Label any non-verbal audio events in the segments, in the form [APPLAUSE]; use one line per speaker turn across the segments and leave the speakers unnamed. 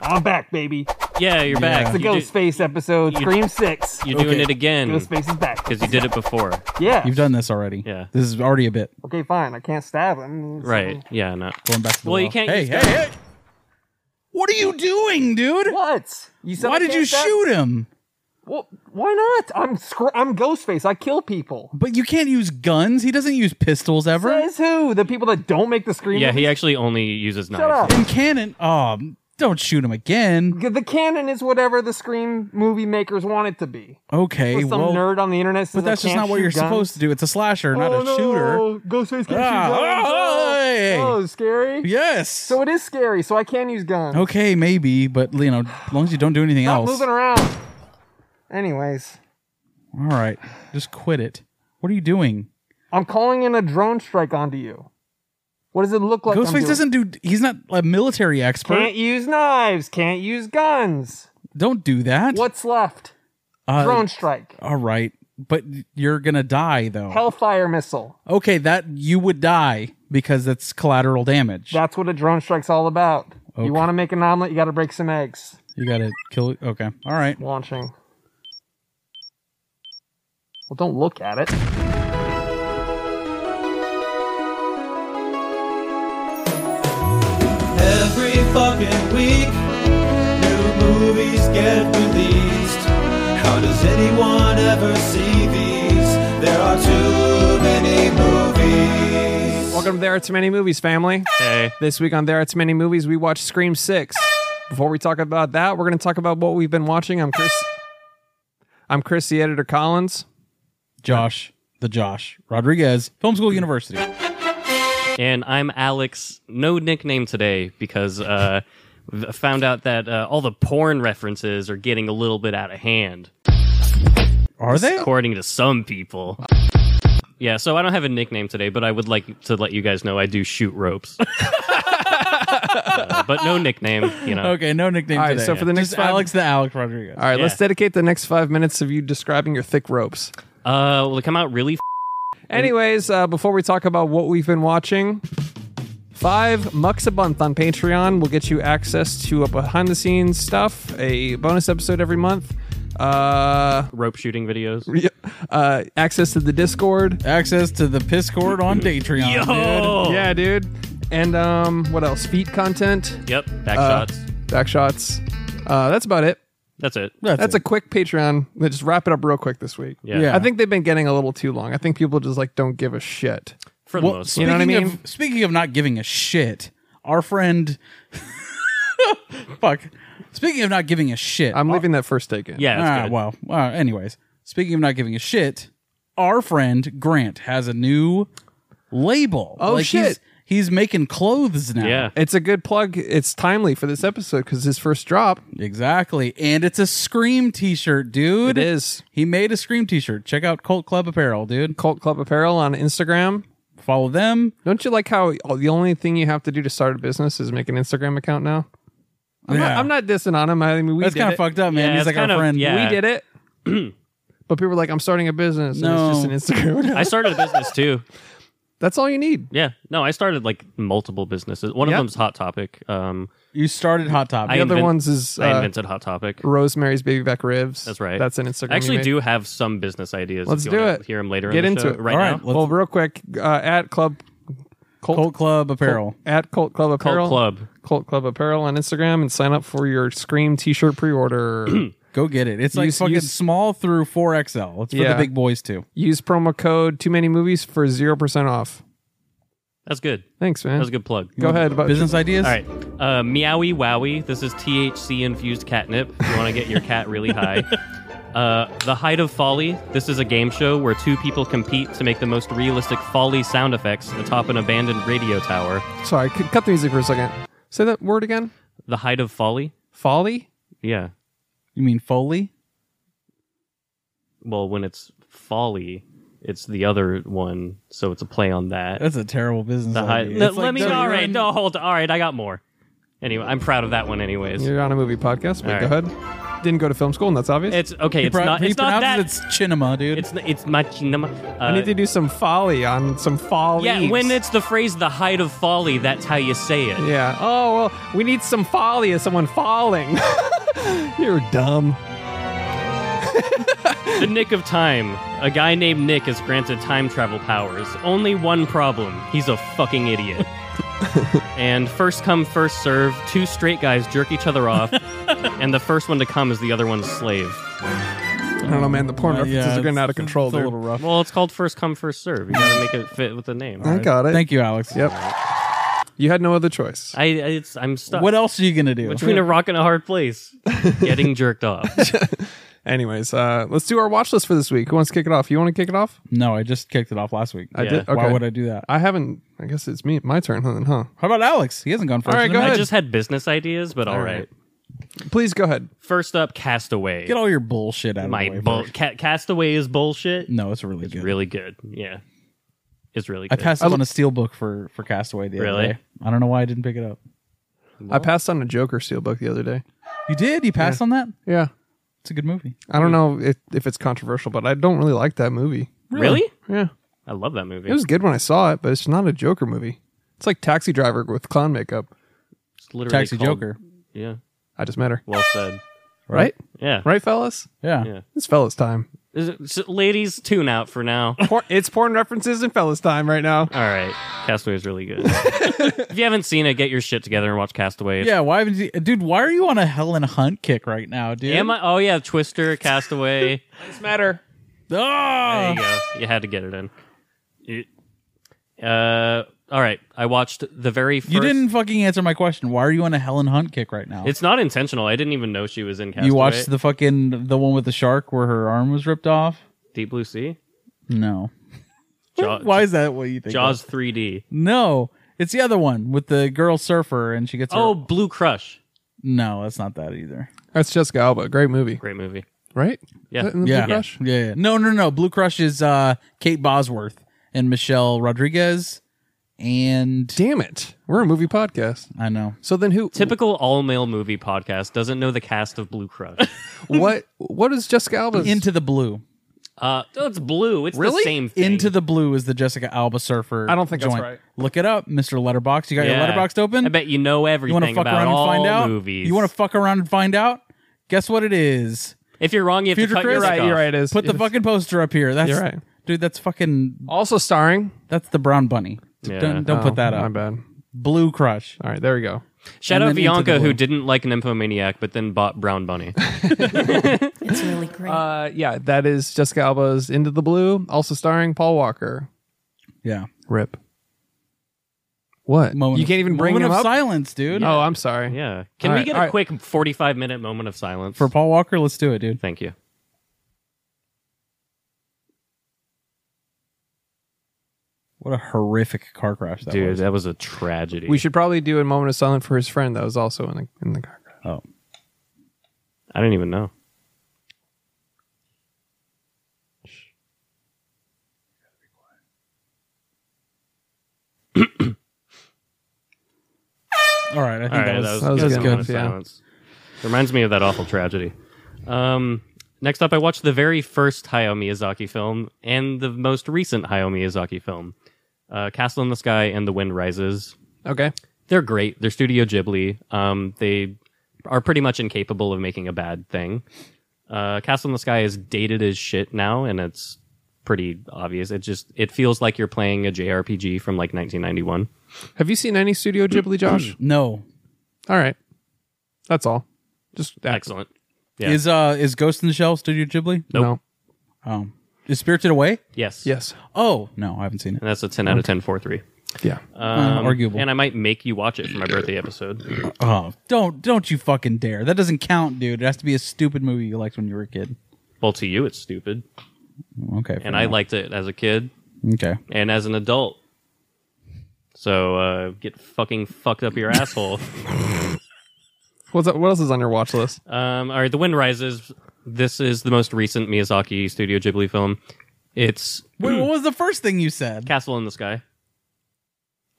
I'm back, baby.
Yeah, you're back.
It's the
You did-
Ghost Face episode,
you-
Scream Six.
You're doing
Okay.
it again
Ghost Face is back.
because you did it before.
Yeah.
You've done this already.
Yeah.
This is already a bit.
okay, fine. I can't stab him. so-
Right? Yeah. No.
Going back to the
Well, you
well.
can't
Hey,
use
hey, hey! What are you doing, dude?
What? You said
Why
I
did
can't
you
stab-
shoot him?
Well, why not? I'm scr- I'm Ghostface. I kill people.
But you can't use guns. He doesn't use pistols ever.
Says who? The people that don't make the screen.
Yeah, he actually only uses
Shut up.
knives.
and cannon. Oh, don't shoot him again.
The canon is whatever the Scream movie makers want it to be.
Okay,
Some
well,
nerd on the internet says
but that's
I
just
can't
not what you're
shoot guns.
supposed to do. It's a slasher, not
oh,
a shooter.
No. Ghostface can
Ah, oh,
shoot
hey.
guns. Oh, scary.
Yes.
So it is scary. So I can use guns.
okay, maybe, but you know, as long as you don't do anything
Stop
else.
moving around. Anyways,
All right, just quit it. What are you doing?
I'm calling in a drone strike onto you. What does it look like? I'm
Ghostface
doing?
doesn't do. He's not a military expert.
Can't use knives. Can't use guns.
don't do that.
What's left?
Uh,
Drone strike.
All right, but you're gonna die though.
Hellfire missile.
Okay, that you would die because that's collateral damage.
That's what a drone strike's all about.
Okay.
You want to make an omelet, you got to break some eggs.
you gotta kill. it. Okay, all right.
Launching. Well, don't look at it.
Every fucking week, new movies get released. How does anyone ever see these? There are too many movies.
Welcome to There Are Too Many Movies, family.
Hey.
This week on There Are Too Many Movies, we watch Scream 6. Before we talk about that, we're going to talk about what we've been watching. I'm Chris. I'm Chris, the editor Collins.
Josh, the Josh Rodriguez, Film School University.
And I'm Alex. No nickname today because uh, v- found out that uh, all the porn references are getting a little bit out of hand,
Are they?
according to some people. Yeah, so I don't have a nickname today, but I would like to let you guys know I do shoot ropes. [LAUGHS] Uh, but no nickname, you know.
Okay, no nickname.
All right,
today.
so for the next
Just
five-
Alex the Alex Rodriguez.
All right,
Yeah.
let's dedicate the next five minutes of you describing your thick ropes.
Uh, will it come out really? F-
Anyways, uh, before we talk about what we've been watching, five mucks a month on Patreon will get you access to a behind the scenes stuff, a bonus episode every month, uh,
rope shooting videos.
yeah, uh, access to the Discord.
Access to the Piscord on Patreon. dude.
Oh.
Yeah, dude. And um, what else? Feet content,
Yep. Back
Uh,
shots.
back shots. Uh, that's about it.
That's it.
That's a quick Patreon. Let's just wrap it up real quick this week.
Yeah.
yeah.
I think they've been getting a little too long. I think people just like don't give a shit.
For the
Well,
most
You
part.
know what I
speaking
mean?
Of, speaking of not giving a shit, our friend. [LAUGHS] fuck. Speaking of not giving a shit.
I'm leaving that first take in.
Yeah. That's
Ah,
good.
well, well, anyways, speaking of not giving a shit, our friend Grant has a new label.
Oh,
He's,
shit.
he's making clothes now.
Yeah.
It's a good plug. It's timely for this episode because his first drop.
Exactly. And it's a Scream t shirt, dude.
It is.
He made a Scream t shirt. Check out Cult Club Apparel, dude.
Cult Club Apparel on Instagram.
Follow them.
Don't you like how all- the only thing you have to do to start a business is make an Instagram account now? I'm, not,
Yeah.
I'm not dissing on him. I mean, we
That's
did
kind
it.
of fucked up, man.
Yeah,
he's
it's
like our
kind of-
friend.
yeah.
We did it.
[CLEARS THROAT]
but people were like, I'm starting a business. And
No.
It's just an Instagram account.
[LAUGHS] I
[LAUGHS]
started a business too.
That's all you need.
Yeah. No, I started like multiple businesses. One
Yeah.
of them's Hot Topic. Um,
You started Hot Topic.
I
The other
invent-
ones is
I
uh,
invented Hot Topic.
Rosemary's Baby Back Ribs.
That's right.
That's an Instagram.
I actually
you
do have some business ideas. if
Let's
you
do
wanna
it.
Hear them later.
Get
on
into
the show.
it.
right
All right,
now.
made.
let's-
Well, real quick, uh, at Club Cult,
Cult Club Apparel.
at Cult Club
Cult
Apparel,
Club.
Cult Club Apparel on Instagram, and sign up for your Scream T-shirt
[CLEARS THROAT]
pre-order.
Go get it. It's like
Use-
fucking
use-
small through 4XL. It's for
Yeah.
the big boys, too.
Use promo code Too Many Movies for zero percent off.
That's good.
Thanks, man.
That was a good plug.
Go ahead. But
Business ideas?
All right. Uh, Meowie Wowie. This is THC infused catnip. If you want to get your cat really high. Uh, the Height of Folly. This is a game show where two people compete to make the most realistic folly sound effects atop an abandoned radio tower.
sorry, c- cut the music for a second. Say that word again.
The Height of Folly?
Folly.
Yeah.
You mean Foley?
Well, when it's folly, it's the other one, so it's a play on that.
That's a terrible business
the height.
idea.
No,
It's
let
like
me.
the-
All
you're
right.
in-
No, hold. All right. I got more. Anyway, I'm proud of that one. Anyways.
You're on a movie podcast, but go
All right.
ahead. didn't go to film school, and that's obvious.
It's okay. It's
Pro-
not.
he
It's not that.
pronounces it's Chinema, dude.
It's n- it's machinima. Uh,
I need to do some folly on some folly.
yeah, when it's the phrase "the height of folly," that's how you say it.
Yeah. Oh well, we need some folly of someone falling. [LAUGHS] You're dumb.
The nick of time. A guy named Nick is granted time travel powers. Only one problem. He's a fucking [LAUGHS] idiot. and first come, first serve. Two straight guys jerk each other [LAUGHS] off, and the first one to come is the other one's slave.
I don't know, man. The porn
Uh, yeah,
references are getting
it's-
out of control,
it's a
dude.
little rough.
Well, it's called first come, first serve. You gotta make it fit with the name.
I got it.
Thank you, Alex.
Yep. You had no other choice.
I, it's, I'm stuck
What else are you gonna do?
between a rock and a hard
[LAUGHS]
place. Getting jerked off.
Anyways, uh, let's do our watch list for this week. Who wants to kick it off? You want to kick it off?
no, I just kicked it off last week.
I
Yeah.
did. Okay.
Why would I do that?
I haven't. I guess it's me. My turn, huh? huh?
How about Alex? He hasn't gone first.
All right,
in a
go
I
minute.
ahead.
just had business ideas, but all
right.
right.
Please go ahead.
First up, Castaway.
Get all your bullshit out of
My
the way.
bull-
first.
ca- Castaway is bullshit.
No, it's really good.
Really good. Yeah. It's really
I
good.
passed up on a steel book for for Castaway the
Really?
other day. I don't know why I didn't pick it up.
I passed on a Joker steelbook the other day.
You did? You passed on that?
Yeah.
It's a good movie.
I don't know if, if it's controversial, but I don't really like that movie.
really?
Yeah.
I love that movie.
It was good when I saw it, but it's not a Joker movie. It's like Taxi Driver with clown makeup.
It's literally
Taxi
called-
Joker.
Yeah.
I just met her.
Well said.
Right?
Yeah.
Right, fellas?
Yeah.
Yeah.
It's fellas time.
Is it- so, ladies, tune out for now. All
Por- it's porn references and fellas time right now.
right. Castaway is really
[LAUGHS]
good. if you haven't seen it, get your shit together and watch Castaway. It's-
Yeah, why haven't you dude, why are you on a Helen Hunt kick right now, dude?
Am I? Oh, yeah. Twister,
[LAUGHS]
Castaway.
Matter.
There
Ah!
you go. You had to get it in. Uh, all right. I watched the very first.
You didn't fucking answer my question. Why are you on a Helen Hunt kick right now?
It's not intentional. I didn't even know she was in Castaway.
you watched the fucking the one with the shark where her arm was ripped off?
Deep Blue Sea.
No.
Jaw-
Why is that what you think?
Jaws 3D.
of? No. It's the other one with the girl surfer and she gets her-
Oh, Blue Crush.
No, that's not that either.
That's Jessica Alba. Great movie.
Great movie.
Right?
Yeah.
Is that in the
yeah.
Blue Crush?
Yeah, yeah. No, no, no. Blue Crush is uh, Kate Bosworth and Michelle Rodriguez. And
Damn it. We're a movie podcast.
I know.
So then who
Typical all male movie podcast doesn't know the cast of Blue [LAUGHS] Crush.
[LAUGHS] what what is Jessica Alba's
Into the Blue.
Uh, oh, it's blue. It's
Really?
the same thing.
Into the Blue is the Jessica Alba surfer.
I don't think that's
joint.
right.
Look it up, Mr. Letterbox. You got
Yeah.
your letterboxed open?
I bet you know
you
everything
want to fuck
about
around and
all
find out?
movies.
You want to fuck around and find out? Guess what it is?
if you're wrong, you have to
Future
cut your
Chris?
dick
Right, you're
off.
right. It is.
Put the
It is.
fucking poster up here. That's
You're right.
Dude, that's fucking
also starring.
that's the brown bunny.
Yeah.
Don't, don't put that
Oh, My
up.
bad.
Blue Crush.
All right, there we go.
Shout
And
out
then Into the
Bianca, who
Blue.
didn't like Nymphomaniac, but then bought Brown Bunny.
It's really great.
Uh, yeah, that is Jessica Alba's Into the Blue, also starring Paul Walker.
Yeah.
Rip. What?
Moment
you can't even bring
moment
him
of
up.
silence, dude.
Oh, I'm sorry.
[LAUGHS] yeah. Can
All
we
right,
get
all
a
right.
quick 45 minute moment of silence?
For Paul Walker, let's do it, dude.
Thank you.
What a horrific car crash that
Dude,
was.
that was a tragedy.
We should probably do a moment of silence for his friend that was also in the in the car. crash.
Oh.
I didn't even know.
All right, I think
All
that
right,
was,
that was
a
good.
moment of
Yeah.
silence. Reminds me of that awful tragedy. Um, next up, I watched the very first Hayao Miyazaki film and the most recent Hayao Miyazaki film, uh, Castle in the Sky and The Wind Rises.
Okay.
They're great. They're Studio Ghibli. Um, they are pretty much incapable of making a bad thing. Uh, Castle in the Sky is dated as shit now, and it's pretty obvious. It just it feels like you're playing a JRPG from like 1991.
Have you seen any Studio Ghibli,
[CLEARS THROAT]
Josh?
No.
all right. That's all. Just that.
Excellent. Yeah.
Is uh is Ghost in the Shell Studio Ghibli?
Nope.
No.
Um is Spirited Away?
Yes.
Yes.
Oh, no, I haven't seen it.
And that's a 10 out of 10 for three.
Yeah.
Um,
arguable.
And I might make you watch it for my birthday episode.
Oh, don't don't you fucking dare. That doesn't count, dude. It has to be a stupid movie you liked when you were a kid.
well, to you, it's stupid.
Okay. fair
And I
enough.
liked it as a kid
Okay.
and as an adult. So uh, get fucking fucked up your asshole.
What's that, what else is on your watch list?
Um, all right, The Wind Rises. This is the most recent Miyazaki Studio Ghibli film. It's
Wait, what was the first thing you said?
Castle in the Sky.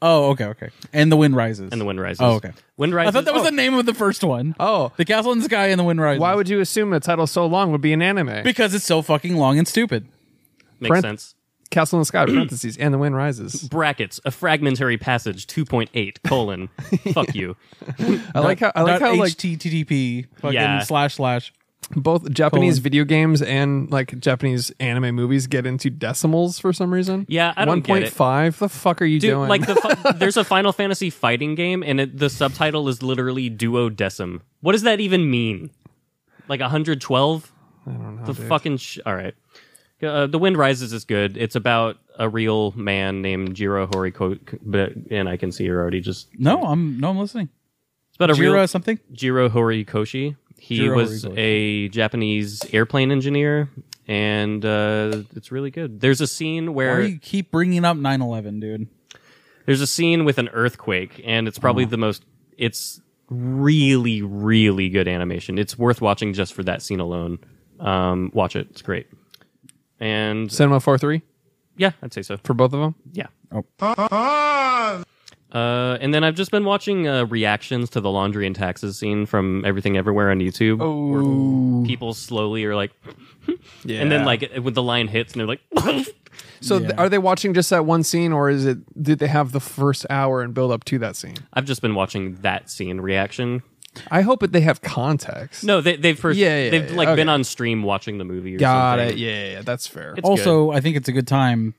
Oh, okay, okay. And the wind rises.
and The Wind Rises.
Oh, okay.
Wind Rises. oh,
I thought that was the name of the first one.
Oh.
the Castle in the Sky and the Wind Rises.
Why would you assume the title so long would be
[LAUGHS]
an anime?
Because it's so fucking long and stupid.
makes
Brent-
sense.
Castle in the Sky, parentheses, and the wind rises.
Brackets. A fragmentary passage. Two point eight
[LAUGHS]
colon. Fuck you.
I like how I like
Dot
how like
HTTP fucking
Yeah.
slash slash.
both Japanese
colon.
video games and like Japanese anime movies get into decimals for some reason.
Yeah, I don't get it.
1.5? The fuck are you
Dude,
doing?
like the fi- there's a Final Fantasy fighting game, and it, the subtitle is literally duodecim. What does that even mean? Like 112? I don't know. The fucking sh- all right. Uh, the Wind Rises is good. It's about a real man named Jiro Horiko, but and I can see you're already just. It's
No, I'm no, I'm listening.
about a
Jira
real
something.
Jiro Horikoshi. He
Jiro
was
Horikoshi.
a Japanese airplane engineer, and uh, it's really good. There's a scene
Why
where
do you keep bringing up 9/11, dude?
there's a scene with an earthquake and it's probably the most it's really really good animation it's worth watching just for that scene alone um watch it it's great and
Cinema 4-3
yeah i'd say so
for both of them?
yeah uh, and then I've just been watching uh, reactions to the laundry and taxes scene from Everything Everywhere on YouTube. Where people slowly are like,
Yeah.
and then like when the line hits, and they're like, [LAUGHS]
So th- are they watching just that one scene or is it did they have the first hour and build up to that scene?
I've just been watching that scene reaction.
I hope that they have context.
No, they, they've first,
Yeah, yeah,
they've
yeah,
like
okay.
been on stream watching the movie. Or
Got
something.
it. Yeah, yeah, yeah, that's fair. Oh,
It's
Also, I think it's a good time.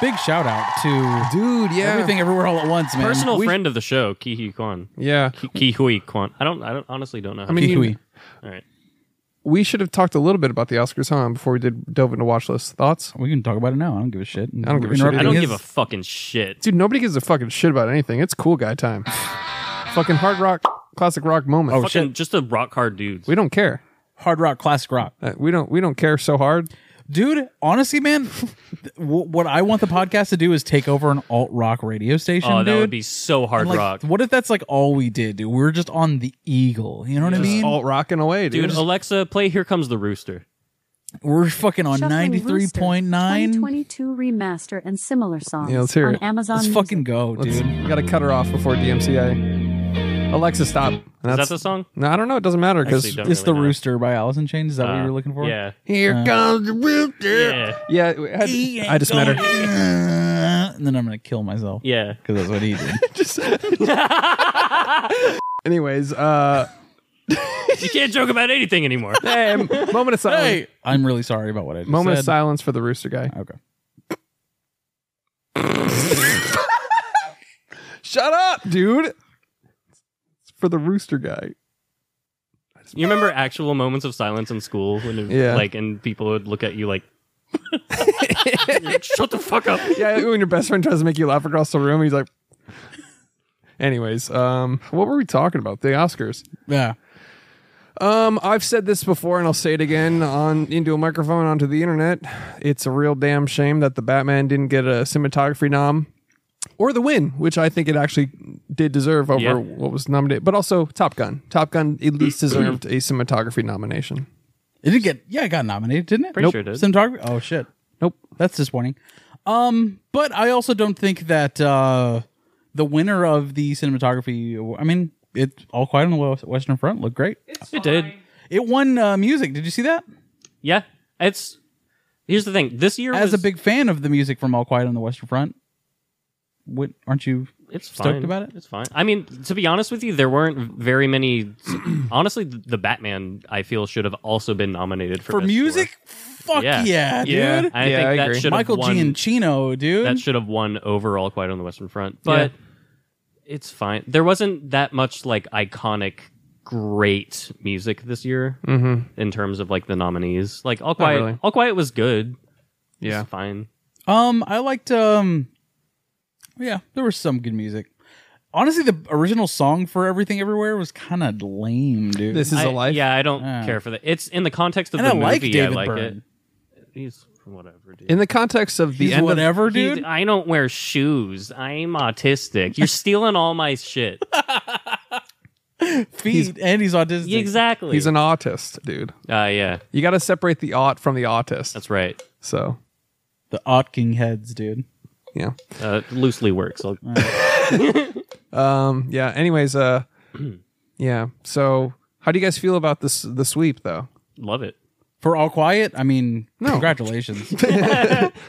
Big shout out to
Dude, yeah.
everything everywhere all at once, man.
personal
We-
friend of the show, Kihi Kwan.
Yeah.
Kihui Kwan. I don't. I don't honestly don't know. How I
mean,
Kiwi.
all right.
We should have talked a little bit about the Oscars, huh? Before we did dove into watch list thoughts.
We can talk about it now. I don't give a shit. I
don't give a shit.
I don't
thing
give a fucking shit.
Dude, nobody gives a fucking shit about anything. It's cool guy time. fucking hard rock, classic rock moment.
Oh,
Fucking just a rock hard dude.
we don't care.
hard rock, classic rock,
Uh, we don't. We don't care so hard.
dude. Honestly, man, th- w- what I want the podcast to do is take over an alt rock radio station.
Oh, that
dude.
would be so hard
like,
rock,
What if that's like all we did, dude? We were just on the Eagle. You know what I mean?
Alt rocking away, dude.
dude. Alexa, play "Here Comes the Rooster."
we're fucking on ninety three point nine.
2022 remaster and similar songs
Yeah, let's hear
on
it.
Amazon.
Let's
Music.
fucking go, dude.
Let's- we gotta cut her off before DMCA. Alexa, stop. And
Is
that's-
that the song?
No, I don't know. It doesn't matter because
Actually, don't
it's the
really know.
Rooster by Allison Chain. Is that what
Uh,
you were looking for?
Yeah.
here comes the rooster.
Uh, Yeah.
Yeah, I, I just met her.
and then I'm gonna kill myself.
[LAUGHS]
Yeah.
because
[LAUGHS]
that's what he did.
Anyways, uh,
You can't joke about anything anymore.
hey,
[LAUGHS]
moment of silence.
I'm really sorry about what I just
moment
said.
of silence for the rooster guy.
Okay.
Shut up, dude. It's for the rooster guy.
You remember actual moments of silence in school when, it-
Yeah.
like, and people would look at you like, [LAUGHS] "Shut the fuck up."
Yeah, when your best friend tries to make you laugh across the room, he's like. [LAUGHS] Anyways, um, what were we talking about? The Oscars.
Yeah.
Um, I've said this before, and I'll say it again on into a microphone onto the internet. It's a real damn shame that the Batman didn't get a cinematography nom or the win, which I think it actually did deserve over
Yeah.
what was nominated. But also Top Gun. Top Gun at [CLEARS THROAT] least deserved a cinematography nomination.
It did get yeah, it got nominated, didn't it?
Pretty Nope. sure it did.
Cinematography. Oh shit.
Nope.
That's disappointing. Um, but I also don't think that uh the winner of the cinematography I mean, it all quiet on the Wes- Western Front looked great.
It did.
It won uh, music. Did you see that?
Yeah. It's. Here's the thing. This year
As a
was-
big fan of the music from All Quiet on the Western Front, what aren't you
it's
stoked
fine.
about it?
It's fine. I mean, to be honest with you, there weren't very many. [CLEARS THROAT] honestly, th- the Batman I feel should have also been nominated for
for
Best
music? Fuck
Score.
yeah,
I
dude.
Yeah,
think
I
that
agree.
should have
Michael
won.
Giancino, dude.
that should have won overall, quite on the Western Front. But it's fine. There wasn't that much like iconic. Great music this year mm-hmm. in terms of like the nominees. Like All Quiet,
really.
All Quiet was good.
Yeah.
it's fine.
Um, I liked. Um, yeah, there was some good music. Honestly, the original song for Everything Everywhere was kind of lame, dude.
This is
I-
a life.
Yeah, I don't care for that. It's in the context of
and
the
I
movie.
like David
I like
Byrne.
it. He's whatever, dude.
In the context of the
He's
end of-
whatever,
He-
dude.
I don't wear shoes. I'm autistic. You're stealing all my shit.
Feet and [LAUGHS] he's autistic.
exactly.
he's an autist, dude.
uh, yeah,
You got to separate the ought from the autist.
that's right.
so,
The Otking heads, dude.
yeah.
Uh, loosely works. I'll-
um, yeah. Anyways,
[CLEARS THROAT]
uh, yeah. So, how do you guys feel about this the
[LAUGHS]
sweep though?
Love it.
For all quiet, I mean, congratulations.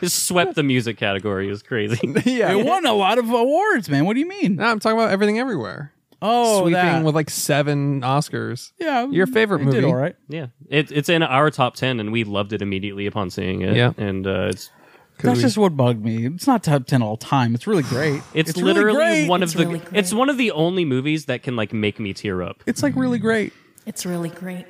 Just swept the music category. It was
[LAUGHS]
crazy.
yeah.
it won a lot of awards, man. What do you mean?
No, I'm talking about everything everywhere.
Oh,
Sweeping
that.
with like seven Oscars.
yeah,
your favorite
it Did
movie.
all right.
yeah, it, it's in our top ten, and we loved it immediately upon seeing it.
Yeah.
and uh, it's
That's just what bugged me. It's not top ten all time. It's really great.
it's,
really
literally
great.
one of
It's-
the
really great.
it's one of the only movies that can like make me tear up. [LAUGHS]
It's like really great.
It's really great.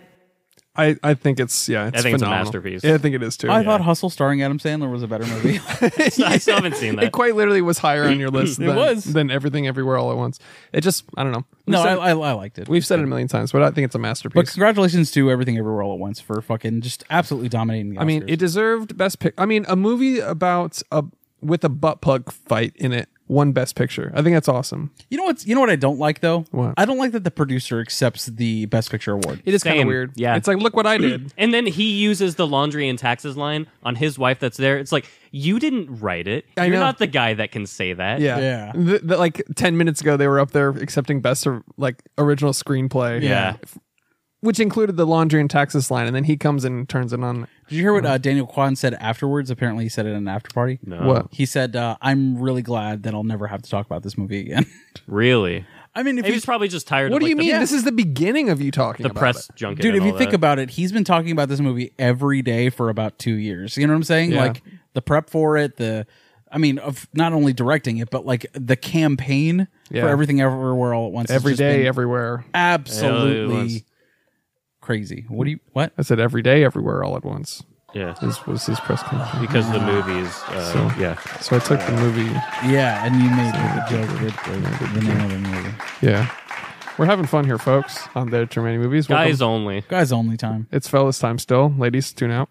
I, I think it's yeah. It's
think it's a
phenomenal.
masterpiece.
Yeah, I think it is too.
I thought Hustle starring Adam Sandler was a better movie. [LAUGHS]
I still haven't seen that.
it quite literally was higher
[CLEARS THROAT]
on your list than,
was.
than everything everywhere all at once. It just I don't know. We've
no,
said
I,
it-
I, I liked it.
we've said it a million times, but I think it's a
But
masterpiece.
congratulations to Everything Everywhere All at Once for fucking just absolutely dominating the
I mean,
Oscars.
it deserved best pick. I mean, a movie about a with a butt plug fight in it won best picture. I think that's awesome.
you know what's you know what I don't like though?
What?
I don't like that the producer accepts the Best Picture award.
It is kind of
Same.
weird.
Yeah.
it's like look what I
[CLEARS THROAT]
did.
And then he uses the laundry and taxes line on his wife that's there. It's like, you didn't write it.
I
You're
know.
not the guy that can say that.
Yeah,
Yeah.
Th- th- like ten minutes ago, they were up there accepting best or, like original screenplay.
Yeah.
which included the laundry and taxes line, and then he comes in and turns it on.
Did you hear what uh, Daniel Kwan said afterwards? Apparently, he said it in an after party.
No.
What?
He said, uh, "I'm really glad that I'll never have to talk about this movie again." [LAUGHS]
Really?
I mean, if
He
you
was probably just tired
What
of
do
like, the,
you mean? This is the beginning of you talking
the
about
press
it.
junket.
[LAUGHS] dude,
and
if you
all
think
that.
about it, he's been talking about this movie every day for about two years. You know what I'm saying?
Yeah.
Like the prep for it, the I mean, of not only directing it, but like the campaign
Yeah.
for everything everywhere all at once. has
Every
just been
day, everywhere.
absolutely
Yeah, it was.
crazy. What do you what?
I said every day, everywhere, all at once.
Yeah.
This was his press conference.
[LAUGHS] Because the movies. Uh, yeah.
So I took the movie.
Yeah, and you made the joke with the, the name of the movie.
Yeah, we're having fun here, folks. On the Germany movies, Welcome.
Guys uh, only.
Guys, only time.
It's fellas time still. Ladies, tune out.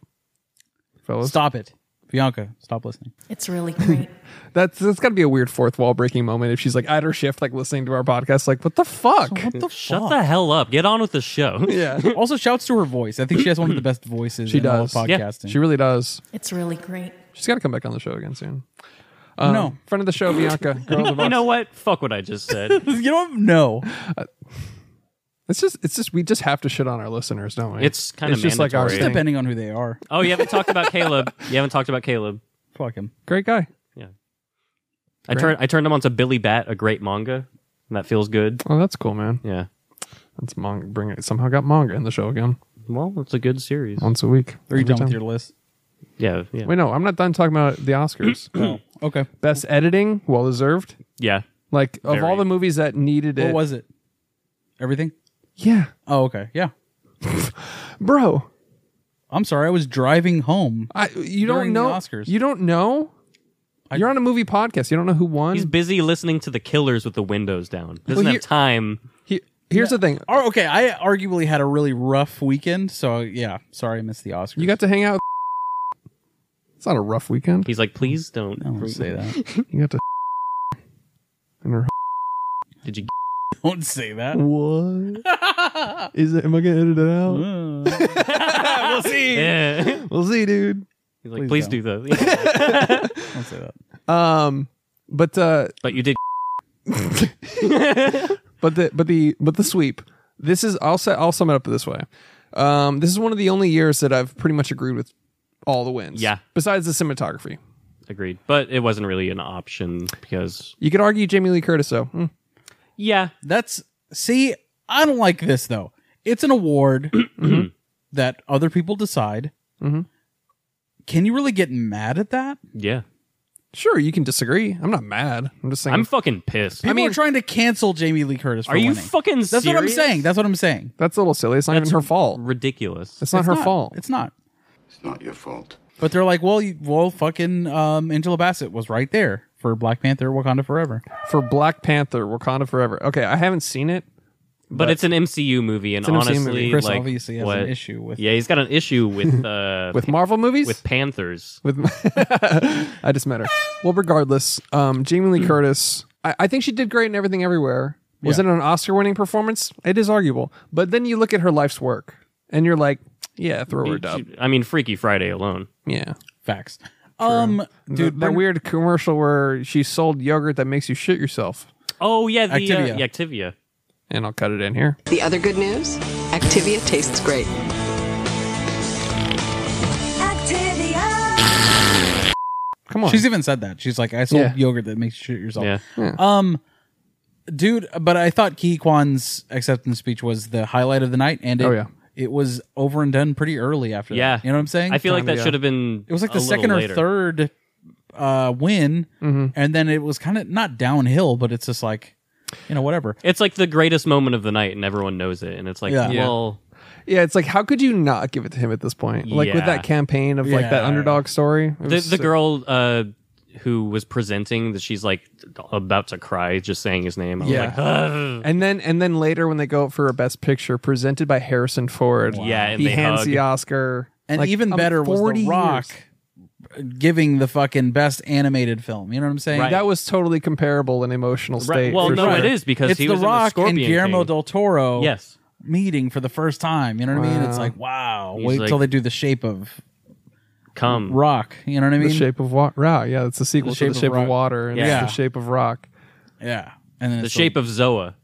Fellas,
Stop it, Bianca. Stop listening.
It's really great.
that's that's got to be a weird fourth wall breaking moment if she's like at her shift, like listening to our podcast, like what the fuck?
What the
Shut the hell up. Get on with the show.
[LAUGHS] yeah,
Also, shouts to her voice. I think she has one of the best voices.
She
in all of
does.
Yeah,
podcasting.
she really does.
It's really great.
She's got to come back on the show again soon. Um,
no,
Friend of the show,
[LAUGHS]
Bianca. Girl of the
you
Box.
know what? Fuck what Oh, I just
[LAUGHS]
said.
[LAUGHS] you don't know.
It's just it's just we just have to shit on our listeners, don't we?
It's kinda
It's just like our
mandatory.
thing.
Depending on who they are,
Oh, you haven't talked about Caleb. You haven't talked about Caleb.
fuck him.
great guy.
I turned I turned him on to Billy Bat, a great manga. And that feels good.
Oh, that's cool, man.
Yeah.
That's manga. Bring it. Somehow got manga in the show again
Well, it's a good series.
once a
Are
week.
you
Every
done
time.
with your list?
Yeah. Yeah.
Wait, no, I'm not done talking about the Oscars.
[CLEARS THROAT]
Oh, okay.
Best editing, well deserved.
Yeah.
Like of
Very.
all the movies that needed
What
it,
was it? Everything?
yeah,
Oh, okay. Yeah.
bro.
I'm sorry. I was driving home.
I you
During
don't
the
know
Oscars.
You don't know. You're on a movie podcast. You don't know who won.
He's busy listening to the killers with the windows down. Doesn't have
Well, here-
time.
He- here's the thing.
Oh, okay. I arguably had a really rough weekend. So, yeah. Sorry I missed the Oscars.
You got to hang out. With it's not a rough weekend.
He's like, please don't.
I don't say that.
You got to. And her.
Did
[LAUGHS]
you?
don't say that.
What is it? Am I gonna edit it out?
Mm.
Uh,
we'll see. Yeah.
We'll see, dude.
He's like, please,
Please
do that.
don't say that.
Um, but uh,
[LAUGHS] but you did. [LAUGHS]
but the but the but the sweep. This is I'll say, I'll sum it up this way. Um, this is one of the only years that I've pretty much agreed with all the wins.
Yeah.
Besides the cinematography,
Agreed. But it wasn't really an option because.
you could argue Jamie Lee Curtis though. Hmm.
Yeah.
That's, see, I don't like this, though. It's
[CLEARS THROAT]
an award
Mm-hmm.
that other people decide. Can you really get mad at that?
Yeah.
Sure, you can disagree. I'm not mad. I'm just saying
I'm fucking pissed.
People are trying to cancel Jamie Lee Curtis. For
Are you
winning.
fucking
That's what I'm
serious?
saying. That's what I'm saying.
that's a little silly. It's not even her fault.
Ridiculous.
It's not
It's
her fault.
It's not.
It's not your fault.
But they're like, well, you, well, fucking um, Angela Bassett was right there for Black Panther, Wakanda Forever.
For Black Panther, Wakanda Forever. Okay, I haven't seen it.
But it's an MCU movie, and
an MCU
honestly,
movie.
Chris
like,
obviously has
what-
an issue with.
Yeah, he's got an issue
[LAUGHS]
with uh
With Marvel movies?
with Panthers.
With [LAUGHS] I just met her. Well, regardless, um, Jamie Lee Curtis, I, I think she did great in everything everywhere. Was
Yeah.
it an Oscar winning performance? It is arguable. But then you look at her life's work and you're like, yeah, throw her dub.
I mean, Freaky Friday alone.
Yeah.
Facts. Um,
Dude,
dude,
that
bring-
weird commercial where she sold yogurt that makes you shit yourself.
Oh yeah, the Activia.
Activia.
Uh, yeah, Activia.
and I'll cut it in here.
The other good news Activia tastes great.
Come on.
She's even said that. She's like, I sold
Yeah.
yogurt that makes you shit yourself.
Yeah.
Um, dude, but I thought Ki Kwan's acceptance speech was the highlight of the night, and it,
Oh, yeah.
it was over and done pretty early after.
Yeah.
that. you know what I'm saying?
I feel like that
Kinda,
should have been.
it was like the second or third uh win,
Mm-hmm.
and then it was kind of not downhill, but it's just like, you know, whatever.
It's like the greatest moment of the night, and everyone knows it. And it's like,
Yeah. Yeah.
well,
yeah, it's like how could you not give it to him at this point? Like with
Yeah.
that campaign of like that
Yeah.
underdog story. It
the,
was
the
so-
girl uh, who was presenting, that she's like about to cry just saying his name. I was
Yeah.
like, Ugh.
And then and then later when they go up for a best picture presented by Harrison Ford.
yeah, and
he
they
hands
hug.
the Oscar.
And
Like,
even
I'm
better was
40
The
years.
Rock giving the fucking best animated film. You know what I'm saying?
Right.
That was totally comparable in emotional state.
Right. Well,
for
no,
sure.
it is because
it's
he
The
was in the
Rock and
Scorpion
Guillermo
King.
del Toro.
Yes.
meeting for the first time. You know what I mean? It's like wow.
He's
wait
like-
till they do the shape of
Come.
rock. You know what I mean?
The Shape of Water. Wow, yeah, it's a sequel
The
to
Shape
The
of
Shape of,
Rock.
Water and
Yeah.
it's The Shape of Rock.
Yeah. And then
The shape of Zoa.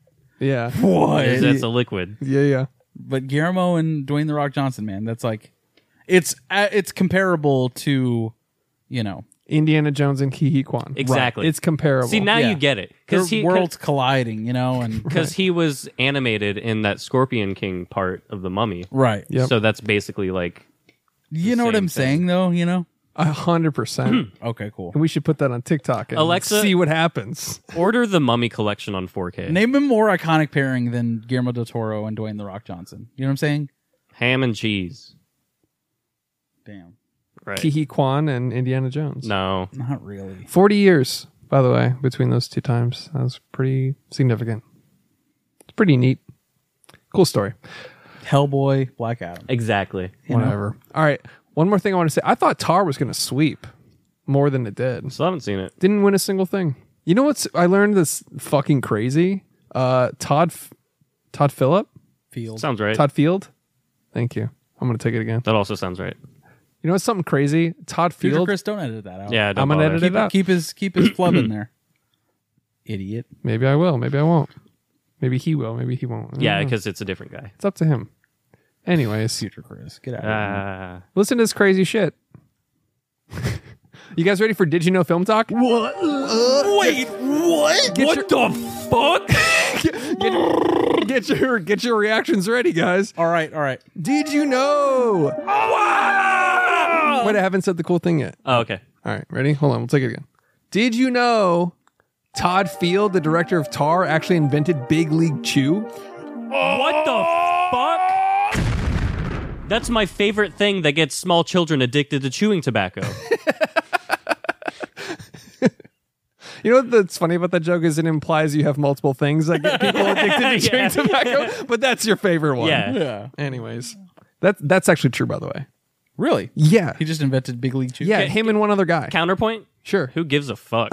Yeah, [LAUGHS]
boy.
That's a liquid.
yeah, yeah.
but Guillermo and Dwayne the Rock Johnson, man, that's like it's uh, it's comparable to you know
Indiana Jones and Kihikwan.
Exactly.
It's comparable.
See, now
Yeah.
you get it.
their
Because he,
worlds colliding, you know,
[LAUGHS]
and [LAUGHS]
because he was animated in that Scorpion King part of the Mummy.
right,
Yep.
So that's basically like
you know what
same
I'm
thing.
saying though, you know.
a
[CLEARS THROAT]
hundred percent.
Okay, cool.
And we should put that on TikTok and
Alexa-
see what happens.
order the Mummy collection on 4K.
Name a more iconic pairing than Guillermo del Toro and Dwayne the Rock Johnson. You know what I'm saying?
Ham and cheese.
Damn,
Right.
Kihikwan and Indiana Jones.
No.
not really.
Forty years, by the way, between those two times. That's pretty significant. It's pretty neat. Cool story.
Hellboy, Black Adam.
Exactly.
Whatever. All right. One more thing I want to say. I thought Tar was going to sweep more than it did.
Still haven't seen it.
Didn't win a single thing. You know what's? I learned this fucking crazy. Uh, Todd, F- Todd Phillip,
Field.
Sounds right.
Todd Field. Thank you. I'm going to take it again.
That also sounds right.
You know what's something crazy? Todd
Future
Field.
Chris, don't edit that out.
Yeah, don't
I'm gonna
bother.
edit it
keep,
out.
keep his keep his flub in there. Idiot.
Maybe I will. Maybe I won't. Maybe he will. Maybe he won't. I don't
Yeah,
know.
because it's a different guy.
it's up to him. Anyways,
Future Chris, get out. of here.
Ah.
listen to this crazy shit. [LAUGHS] you guys ready for Did You Know Film Talk?
What? Wait, what?
Get
what
your-
the fuck?
[LAUGHS] Get, get your get your reactions ready, guys.
All right, all right.
Did you know? Wait, I haven't said the cool thing yet.
oh, okay.
All right, ready? Hold on, we'll take it again. Did you know Todd Field, the director of Tar, actually invented Big League Chew?
What the fuck? That's my favorite thing that gets small children addicted to chewing
[LAUGHS]
tobacco.
You know what that's funny about that joke is it implies you have multiple things that
[LAUGHS]
get people addicted to chewing
Yeah.
tobacco, but that's your favorite one.
yeah.
Yeah.
Anyways, that that's actually true, by the way.
Really?
Yeah.
He just invented Big League Chew.
Yeah, him and one other guy.
Counterpoint?
Sure.
Who gives a
[LAUGHS]
fuck?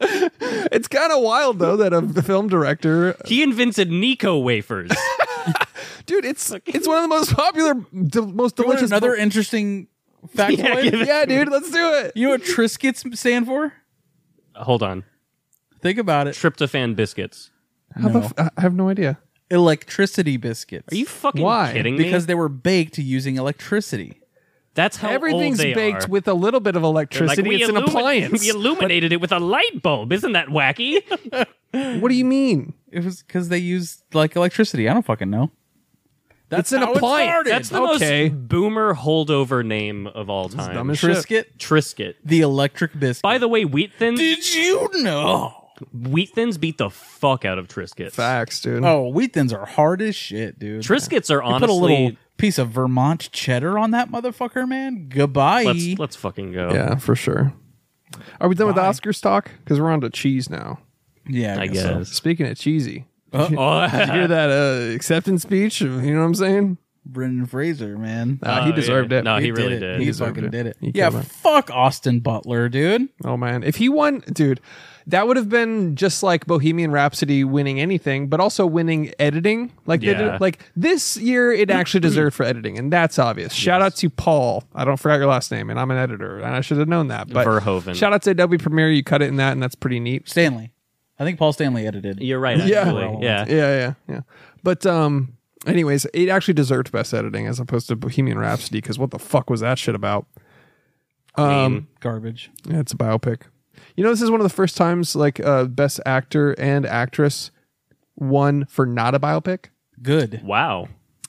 It's kind of wild though that a film director,
he invented Nico
[LAUGHS]
wafers. [LAUGHS]
dude, it's it's one of the most popular, de- most
You want
delicious. [LAUGHS]
another interesting factoid?
give it-
yeah, dude, let's do it.
You know what Triscuits stand for?
Hold on.
Think about it.
Tryptophan biscuits.
How the f- I I have no idea.
Electricity biscuits.
Are you fucking
Why?
kidding me?
because they were baked using electricity.
that's how
Everything's
old they
baked
are.
with a little bit of
They're like,
electricity.
we
it's an
illumi- [LAUGHS]
appliance.
We illuminated it with a light bulb. Isn't that
[LAUGHS]
wacky?
what do you mean?
It was because they used like electricity. I don't fucking know. That's
It's an
how it
appliance.
started.
That's the [LAUGHS]
Okay.
most boomer holdover name of all time.
dumb as shit.
Triscuit,
Triscuit.
the electric biscuit.
By the way, Wheat Thins,
Did you know?
Wheat Thins beat the fuck out of Triscuits.
Facts, dude.
Oh, wheat thins are hard as shit, dude.
Triscuits are
Put a little
honestly.
piece of Vermont cheddar on that motherfucker, man. Goodbye.
Let's let's fucking go.
Yeah, for sure. Are we done with Oscars talk? Because we're on to cheese now.
yeah,
I
so.
[LAUGHS]
guess.
Speaking of cheesy,
Oh, [LAUGHS]
did you hear that uh, acceptance speech? You know what I'm saying?
Brendan Fraser, man.
Uh, he deserved
yeah.
it.
No, he, really
it.
did.
He,
deserved
fucking
it.
did it.
He
yeah,
came up.
fuck Austin Butler, dude.
Oh man, if he won, dude, that would have been just like Bohemian Rhapsody winning anything, but also winning editing. Like they
Yeah.
did, like this year, it actually deserved for editing, and that's obvious. Shout out to Paul. I don't forget your last name, and I'm an editor, and I should have known that. But
Verhoeven.
Shout out to Adobe Premiere. You cut it in that, and that's pretty neat.
Stanley. I think Paul Stanley edited.
You're right. Actually. Yeah.
yeah, yeah, yeah. But um, anyways, it actually deserved best editing as opposed to Bohemian Rhapsody because what the fuck was that shit about?
Garbage.
Yeah, it's a biopic. You know, this is one of the first times like uh, best actor and actress won for not a biopic.
Good.
Wow.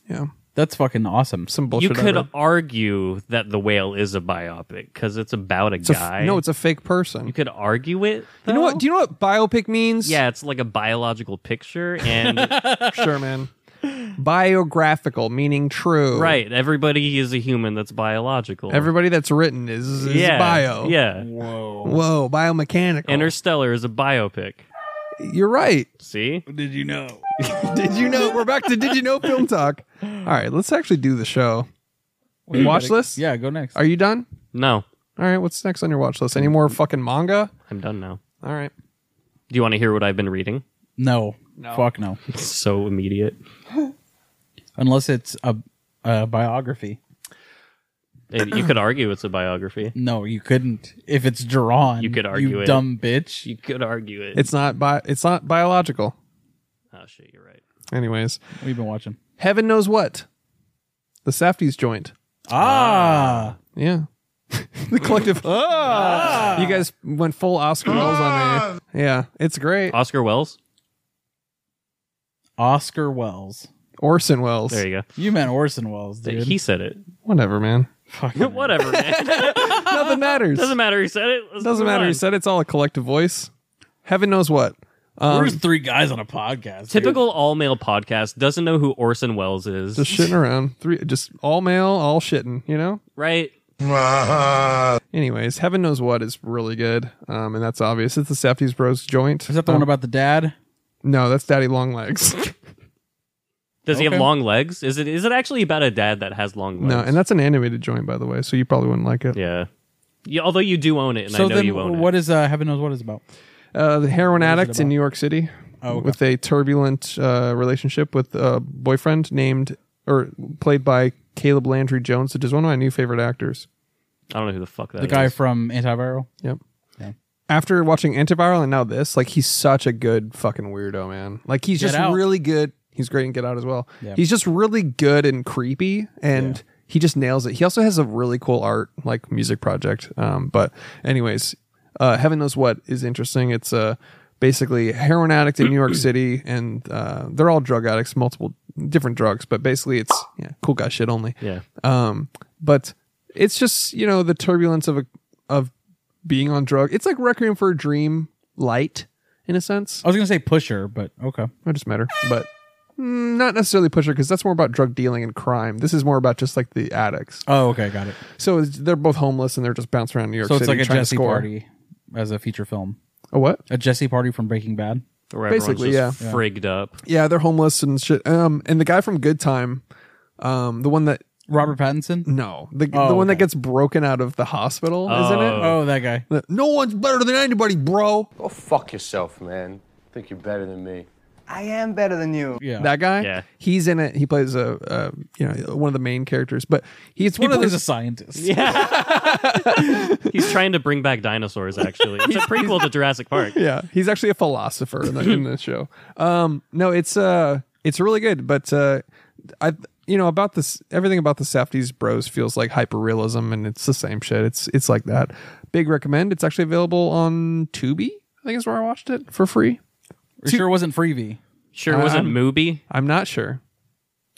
Yeah,
That's fucking awesome.
some bullshit.
You
I
could
read.
argue that the whale is a biopic because it's about a
It's a f-
guy.
no, it's a fake person.
you could argue it.
you know
though?
what? Do you know what biopic means?
Yeah, it's like a biological picture, and
[LAUGHS] sure, man. Biographical meaning true.
right, everybody is a human that's biological.
Everybody that's written is, is
yeah,
bio.
yeah.
Whoa, biomechanical.
Oh. Interstellar is a biopic.
You're right.
See,
Did you know?
Did you know? We're back to Did you know film talk. All right, let's actually do the show. watch list?
Yeah, go next.
Are you done?
no,
All right, what's next on your watch list? Any more fucking manga?
I'm done now.
All right.
Do you want to hear what I've been reading?
No. Fuck no.
It's so immediate.
Unless it's a, a biography.
And you could argue it's a biography.
No, you couldn't. If it's drawn,
You could argue
you
it.
dumb bitch.
You could argue it.
It's not bi- it's not biological.
oh shit, you're right.
Anyways,
We've been watching.
Heaven knows what. The Safdie's joint.
Ah,
Yeah. [LAUGHS] the collective.
Ah.
You guys went full Oscar Wilde on me. Yeah, it's great.
Oscar Wells.
Ah, Oscar Wells.
Orson Welles.
There you go.
You meant Orson Welles, dude.
He said it.
Whatever, man.
[LAUGHS] Whatever, [LAUGHS] man.
Nothing matters.
Doesn't matter who said it. Let's
Doesn't
move
matter.
on.
He said it's all a collective voice. Heaven knows what. Um,
Where's three guys on a podcast? dude?
Typical all male podcast doesn't know who Orson Welles is,
just shitting around. Three, just all male, all shitting. You know.
right?
Anyways, heaven knows what is really good, um, and that's obvious. It's the Safdie's Bros joint. Um,
Is that
Um,
the one about the dad?
No, that's Daddy
[LAUGHS]
Long Legs.
Does he have
Okay.
long legs? Is it is it actually about a dad that has long legs?
no, and that's an animated joint, by the way. So you probably wouldn't like it.
yeah. yeah. Although you do own it, and I
so
know
then,
you own
what
it.
is uh, heaven knows what is about?
Uh, the heroin addict
about?
in New York City
Oh, okay.
with a turbulent uh, relationship with a boyfriend named or played by Caleb Landry Jones, which is one of my new favorite actors.
I don't know who the fuck that
The guy
is.
from Antiviral.
Yep. After watching Antiviral and now this, like he's such a good fucking weirdo, man. Like he's
Get
just
Out.
really good. He's great in Get Out as well. He's just really good and creepy, and he just nails it. He also has a really cool art, like music project. Um, but anyways, uh, heaven knows what is interesting. It's uh, basically a heroin addict in
[CLEARS THROAT]
New York City, and uh, they're all drug addicts, multiple different drugs. But basically, it's yeah, cool guy shit only
Yeah.
um but it's just you know the turbulence of a of being on drug it's like requiem for a dream light in a sense
I was gonna say Pusher, but okay.
i just matter but mm, not necessarily pusher because that's more about drug dealing and crime this is more about just like the addicts
Oh, okay, got it.
so it's, they're both homeless and they're just bouncing around new york
So it's
city
like a
trying
Jesse
to score
party as a feature film.
a what
A Jesse party from Breaking Bad.
Where everyone's
basically,
just frigged up.
yeah they're homeless and shit um and the guy from good time um the one that
Robert Pattinson.
no the, the
Oh,
one that
okay.
gets broken out of the hospital isn't it
Oh, that guy.
The, no one's better than anybody bro
Go fuck yourself, man. Think you're better than me.
I am better than you.
Yeah,
that guy
Yeah.
he's in it he plays a, a you know one of the main characters but he's
he
one of
plays
those
a scientist.
He's trying to bring back dinosaurs. Actually, it's a prequel to Jurassic Park.
[LAUGHS] yeah he's actually a philosopher in the, in the show um no it's uh it's really good but uh i you know about this everything about the Safdie's bros feels like hyperrealism and it's the same shit it's it's like that big recommend it's actually available on tubi i think is where i watched it for free
It sure wasn't freebie.
Sure, wasn't
Uh-huh.
Mubi?
i'm not sure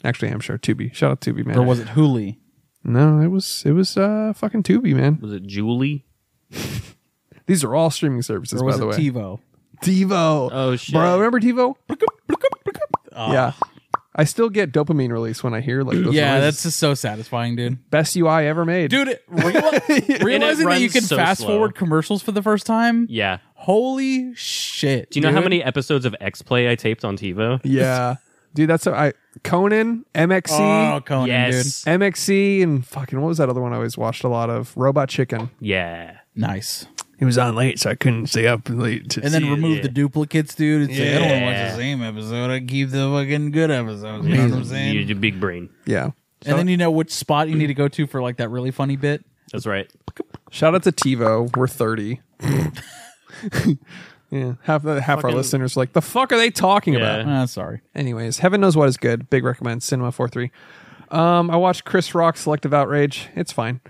actually i'm sure tubi shout out tubi man
Or was it Hooli?
no it was it was uh fucking tubi man
Was it Julie?
these are all streaming services
Or was
by the
it
way
TiVo?
TiVo.
Oh, shit.
Bro, remember TiVo? Yeah. I still get dopamine release when I hear like those
Yeah,
noises.
that's just so satisfying, dude.
best UI ever made.
Dude, reali- realizing that you
runs
can
so
fast
slow.
forward commercials for the first time.
Yeah.
Holy shit!
Do you know how
dude.
many episodes of X Play I taped on TiVo?
Yeah. Dude, that's how I Conan, MXC,
Oh, Conan,
yes.
MXC and fucking what was that other one I always watched a lot of? Robot Chicken.
Yeah.
dude. Nice.
It was on late, so I couldn't stay up late to
And then
see it.
remove the duplicates, dude. It's like, I don't want to watch
Yeah.
the same episode. I keep the fucking good episodes. You know what I'm saying?
You, you big brain.
Yeah.
and then you know which spot you need to go to for like that really funny bit.
That's right.
Shout out to TiVo. We're 30. Yeah, half the half our listeners are like, the fuck are they talking about?
Yeah.
Uh, sorry.
Anyways, heaven knows what is good. Big recommend Cinema Four Three. Um, I watched Chris Rock Selective Outrage. It's fine.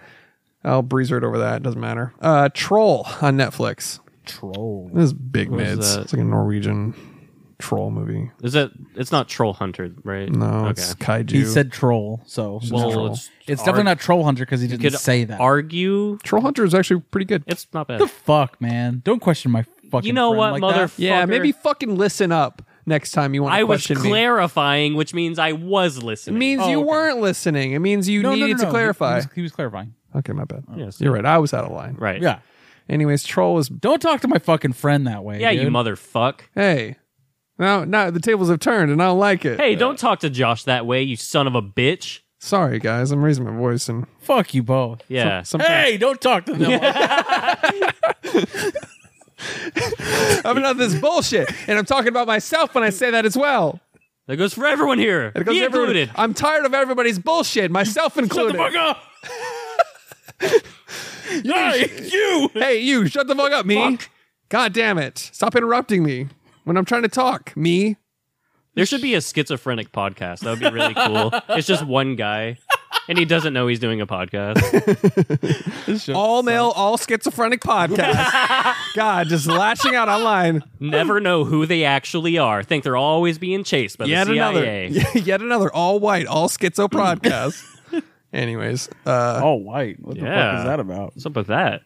I'll breeze right over that. It doesn't matter. Uh, Troll on Netflix.
Troll.
This is big
is
mids.
that?
It's like a Norwegian troll movie.
Is that? It's not Troll Hunter, right?
No,
Okay.
it's kaiju.
He said troll, so
well,
Troll.
it's,
it's definitely not troll hunter because he
You
didn't
could
say that.
Argue.
Troll Hunter is actually pretty good.
It's not bad.
the fuck, man! Don't question my fucking.
You know
friend
what,
like
mother-
that.
yeah,
fucker.
maybe fucking listen up next time you want to
I was
question me.
clarifying, which means I was
It
listening.
means
Oh,
you
okay.
weren't listening. It means you needed
He-
to
He
clarify.
was, he was clarifying.
Okay, my bad.
Yes.
You're right. I was out of line.
right?
Yeah.
Anyways, Troll is
Don't talk to my fucking friend that way.
Yeah, you
dude.
motherfuck.
hey. Now, now the tables have turned, and I don't like it.
Hey, don't talk to Josh that way, you son of a bitch.
sorry guys, I'm raising my voice, and [LAUGHS]
Fuck you both.
Yeah.
sometimes
Hey, don't talk to them. like that.
I'm not this bullshit, and I'm talking about myself when I say that as well.
that goes for everyone here.
It goes
He
everyone-
included.
I'm tired of everybody's bullshit, myself included.
Fuck off. Yeah, you.
Hey, you, shut the fuck up, me. God damn it. Stop interrupting me when I'm trying to talk, me.
There should be a schizophrenic podcast. That would be really cool. it's just one guy, and he doesn't know he's doing a [LAUGHS] podcast.
All male, all schizophrenic podcast. God, just lashing out online.
Never know who they actually are. Think they're always being chased by
Yet
the
another, [LAUGHS]
CIA.
yet another all white, all schizo podcast. Anyways, uh,
Oh, white. What the
Yeah.
fuck is that about?
What's up with that?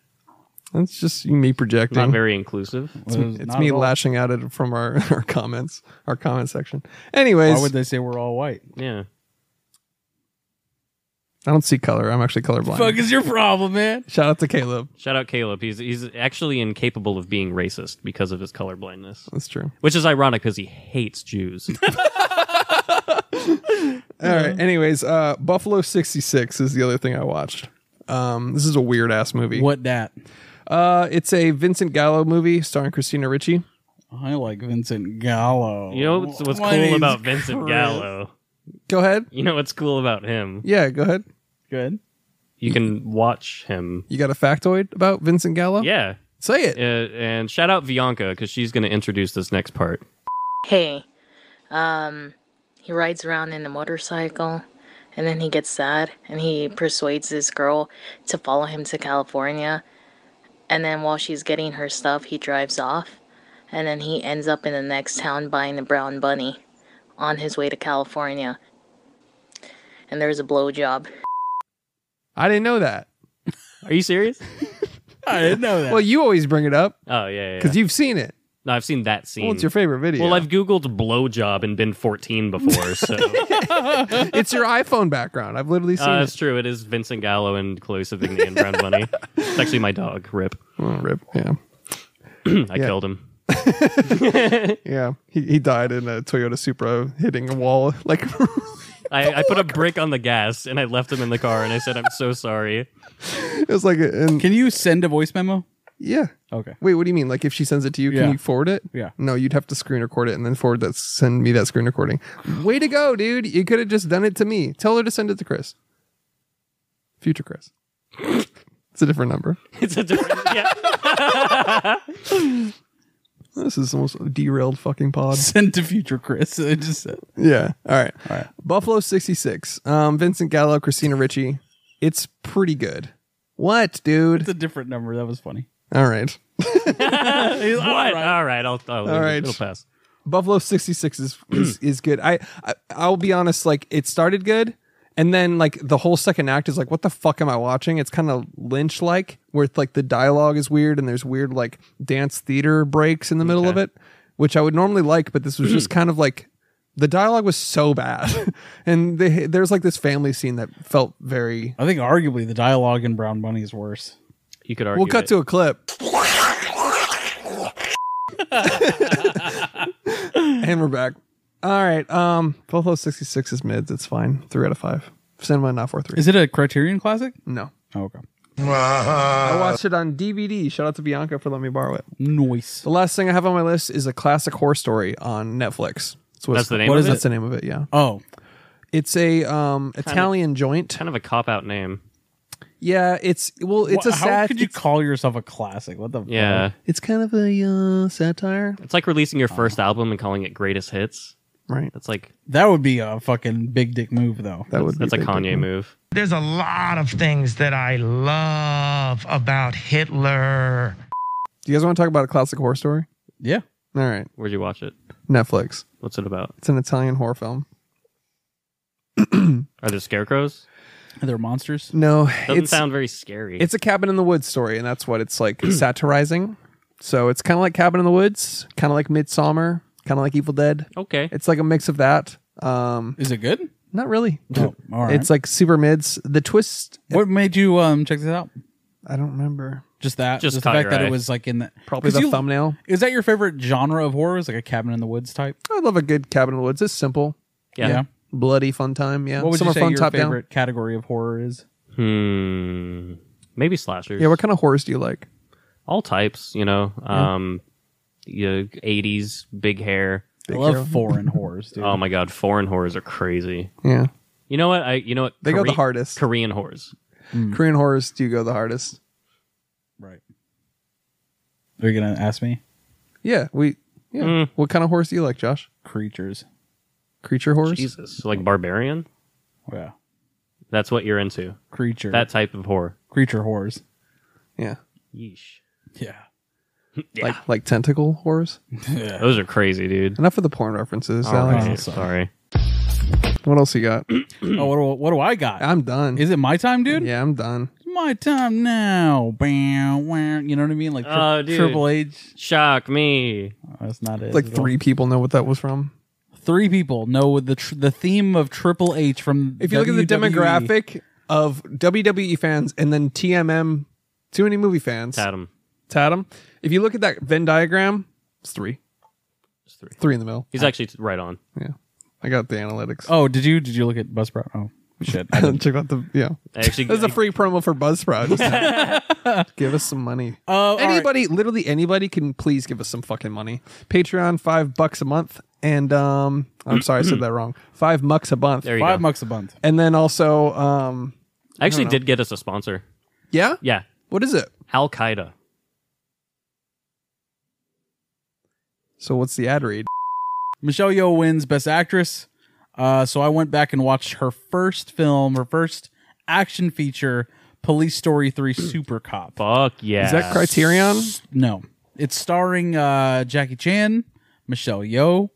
that's just me projecting.
Not very inclusive.
It's,
it's me lashing out at from our, [LAUGHS] our comments, our comment section. Anyways,
Why would they say we're all white?
Yeah.
I don't see color. I'm actually colorblind.
Fuck is your problem, man?
Shout out to Caleb.
Shout out Caleb. He's he's actually incapable of being racist because of his colorblindness,
That's true.
which is ironic because he hates Jews.
All right. Anyways, uh, Buffalo 66 is the other thing I watched. Um, this is a weird ass movie.
What that?
Uh, it's a Vincent Gallo movie starring Christina Ricci.
I like Vincent Gallo.
You know what's, [LAUGHS] what's
My
cool
name's
about Vincent
Chris.
Gallo?
Go ahead.
You know what's cool about him?
Yeah, go ahead.
Good.
You can watch him.
You got a factoid about Vincent Gallo?
Yeah.
Say
Uh,
it.
and shout out Bianca because she's going to introduce this next part.
hey, um, he rides around in a motorcycle and then he gets sad and he persuades this girl to follow him to California. And then while she's getting her stuff, he drives off and then he ends up in the next town buying a brown bunny on his way to California. And there's a blowjob.
I didn't know that.
Are you
[LAUGHS]
serious?
I didn't know that.
Well, you always bring it up
Oh, yeah, yeah. yeah.
because you've seen it.
no, I've seen that scene.
Well, it's your favorite video.
Well, I've Googled blowjob and been 14
[LAUGHS]
before, so uh,
it's your iPhone background. I've literally seen
that's
it.
true. It is Vincent Gallo and Chloe Savigny and Brown Bunny.
[LAUGHS]
It's actually my dog, Rip. [CLEARS THROAT]
Oh, rip. Yeah.
I killed
[LAUGHS]
him.
Yeah. He, he died in a Toyota Supra hitting a wall. [LAUGHS] Like,
I, I put a brick on the gas and I left him in the car and I said, I'm so sorry.
it was like, a, and
Can you send a voice memo?
yeah.
Okay.
Wait, what do you mean? Like, if she sends it to you,
Yeah.
can you forward it?
Yeah.
No, you'd have to screen record it and then forward that, send me that screen recording. Way to go, dude. You could have just done it to me. Tell her to send it to Chris. Future Chris. [LAUGHS] [LAUGHS] it's a different number.
It's a different. [LAUGHS] Yeah.
This is the most derailed fucking
[LAUGHS]
pod.
Send to future Chris. [LAUGHS] It just said.
Yeah. All right.
All right.
Buffalo 66. Um, Vincent Gallo, Christina Ritchie. It's pretty good. What,
It's
dude?
a different number. That was funny.
All right.
What? All right. I'll, I'll
All right.
It'll pass.
Buffalo
[CLEARS THROAT]
66 is is, is good. I, I I'll be honest like it started good and then like the whole second act is like what the fuck am I watching? It's kind of Lynch like where it's, like the dialogue is weird and there's weird like dance theater breaks in the middle of it, which I would normally like but this was
[CLEARS THROAT]
just kind of like the dialogue was so bad. [LAUGHS] and they, there's like this family scene that felt very
I think arguably the dialogue in Brown Bunny is worse.
You could argue.
We'll cut
it.
to a clip. and we're back. All right. Um, Buffalo 66 is mids. It's fine. Three out of five. Cinema, not four, three.
Is it a Criterion classic?
no.
Oh, okay.
I watched it on DVD. Shout out to Bianca for letting me borrow it.
Noise.
The last thing I have on my list is a classic horror story on Netflix. That's, what
That's
it's-
the name
What
of
is
it?
That's the name of it. Yeah.
Oh,
It's a um, Italian joint.
Kind of a cop out name.
Yeah, it's well, it's a
Wha- how
sad.
could you
it's-
call yourself a classic? What the
Yeah.
fuck?
it's kind of a uh, satire,
It's like releasing your
Oh.
first album and calling it greatest hits.
right?
That's like
That would be a fucking big dick move, though.
That would
that's a
be big,
Kanye
big.
move.
There's a lot of things that I love about Hitler.
Do you guys want to talk about a classic horror story?
Yeah.
All right,
Where'd you watch it?
Netflix.
What's it about?
It's an Italian horror film.
Are there scarecrows?
Are there monsters?
No,
Doesn't
it's
sound very scary.
it's a cabin in the woods story, and that's what
[CLEARS THROAT]
it's like satirizing. So it's kind of like Cabin in the Woods, kind of like Midsummer, kind of like Evil Dead.
okay.
It's like a mix of that. Um,
Is it good?
not really.
Oh, [LAUGHS] all right.
It's like super mids. The twist,
what made you um check this out?
I don't remember.
Just that,
Just
just, the
caught
fact
your
that
eye.
it was like in the
Probably
'cause
the
you-
thumbnail.
Is that your favorite genre of horror? Is like a cabin in the woods type?
I love a good Cabin in the Woods. It's simple,
Yeah.
bloody fun time. Yeah,
What would
Summer
you say
fun,
your
top down.
favorite category of horror is?
Hmm. Maybe slashers.
Yeah, what kind of horrors do you like?
all types, you know. Um yeah, 80s big hair.
I love foreign horrors,
[LAUGHS]
dude.
Oh my god, foreign horrors are crazy.
Yeah,
You know what? I you know what?
They go the
Kore-
hardest.
Korean horrors.
Korean horrors do go the hardest.
Right. Are you gonna ask me?
Yeah, we. Yeah.
Mm.
What kind of horrors do you like, Josh?
Creatures.
Creature horrors.
Jesus. Like barbarian?
Yeah.
That's what you're into.
Creature.
That type of horror.
creature horrors.
Yeah.
Yeesh.
Yeah.
Yeah.
like like tentacle horrors.
yeah.
Those are crazy, dude.
Enough of the porn references.
All
Alex.
right,
sorry.
sorry.
What else you [CLEARS THROAT] got?
[LAUGHS] Oh, what do, what do I got?
I'm done.
Is it my time, dude?
yeah, I'm done.
It's my time now. Bow, wow. You know what I mean? Like tri-
Oh, dude.
Triple H.
Shock me.
Oh, that's not it.
Like
at all.
three people know what that was from.
Three people know the tr- the theme of Triple H from. E.
If you look at the
WWE.
demographic of WWE fans and then TMM, too many movie fans,
Tatum.
Tatum. If you look at that Venn diagram, it's three,
It's three.
three in the middle.
He's actually t- right on.
Yeah, I got the analytics.
Oh, did you did you look at Buzz Sprout? Oh shit! I didn't.
[LAUGHS] Check out the yeah.
I actually
[LAUGHS] This is a free promo for Buzzsprout. Just give us some money.
Oh, all right.
anybody, literally anybody, can please give us some fucking money. Patreon, five bucks a month, and um, I'm sorry I said that wrong. Five bucks a month,
there you
Five
go.
bucks a month.
and then also, um,
I actually did get us a sponsor.
yeah,
Yeah.
what is it?
Al Qaeda.
So what's the ad read?
Michelle Yeoh wins Best Actress. Uh, so I went back and watched her first film, her first action feature, Police Story Three: Super Cop.
Fuck yeah.
Is that Criterion?
No, it's starring uh, Jackie Chan, Michelle Yeoh.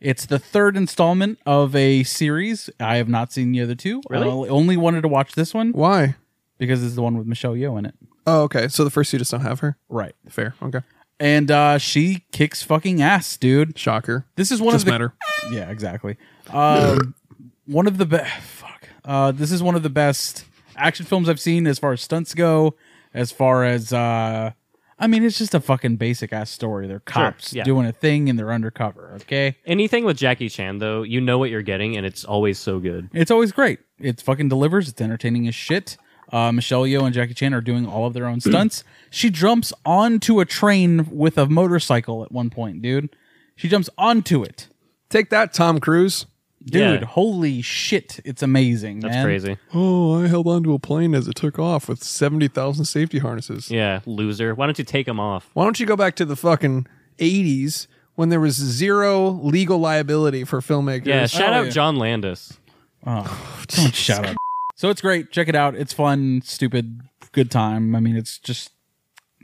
It's the third installment of a series. I have not seen the other two.
Really?
I only wanted to watch this one
Why?
because it's the one with Michelle Yeoh in it.
Oh, okay. So the first two just don't have her.
Right.
Fair. Okay.
And uh, she kicks fucking ass, dude.
Shocker.
This is one
Just
of the
met her.
Yeah, exactly. Um, one of the best. Fuck. Uh, this is one of the best action films I've seen as far as stunts go. As far as uh, I mean, it's just a fucking basic ass story. They're cops
yeah.
doing a thing and they're undercover. Okay,
Anything with Jackie Chan though, you know what you're getting, and it's always so good.
it's always great. It fucking delivers. It's entertaining as shit. Uh, Michelle Yeoh and Jackie Chan are doing all of their own stunts. she jumps onto a train with a motorcycle at one point, dude. She jumps onto it.
Take that, Tom Cruise.
Dude,
Yeah.
holy shit. It's amazing.
That's
man.
crazy.
Oh, I held onto a plane as it took off with seventy thousand safety harnesses.
Yeah, loser. Why don't you take him off?
Why don't you go back to the fucking 80s when there was zero legal liability for filmmakers?
Yeah, shout
Oh,
out
yeah.
John Landis.
[LAUGHS] Don't shout out. So it's great. Check it out. It's fun, stupid, good time. I mean, it's just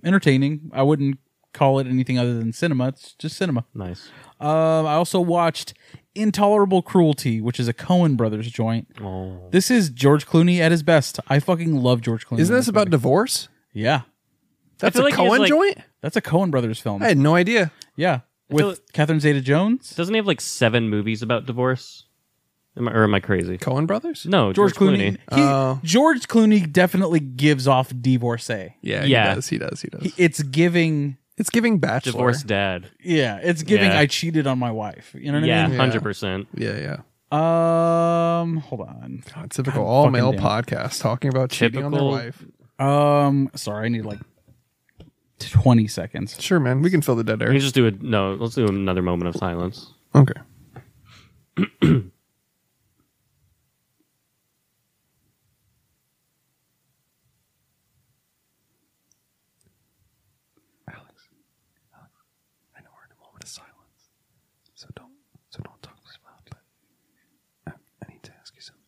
entertaining. I wouldn't call it anything other than cinema. It's just cinema.
Nice.
Um, I also watched Intolerable Cruelty, which is a Cohen Brothers joint. This is George Clooney at his best. I fucking love George Clooney.
Isn't
in
this about
movie.
divorce?
Yeah,
That's
feel
a
like he's
Cohen
like-
joint?
that's a Cohen Brothers film.
I had no idea.
yeah,
feel
with Catherine Zeta-Jones.
Doesn't he have like seven movies about divorce? Am I, or am I crazy?
Cohen brothers?
No,
George Clooney. He,
Oh.
George Clooney definitely gives off divorcee.
Yeah,
Yeah.
he does. He does. He does.
He- It's giving
it's giving bachelor.
Divorce dad.
Yeah, it's giving
Yeah.
I cheated on my wife. You know what
Yeah,
I mean?
hundred percent.
Yeah, yeah.
Um, hold on.
God, typical all male
damn.
podcast talking about cheating on their
Typical-
wife.
Um, sorry, I need like 20 seconds.
Sure, man. We can fill the dead
We
air.
can just do it. No, let's do another moment of silence.
Okay. to ask you something.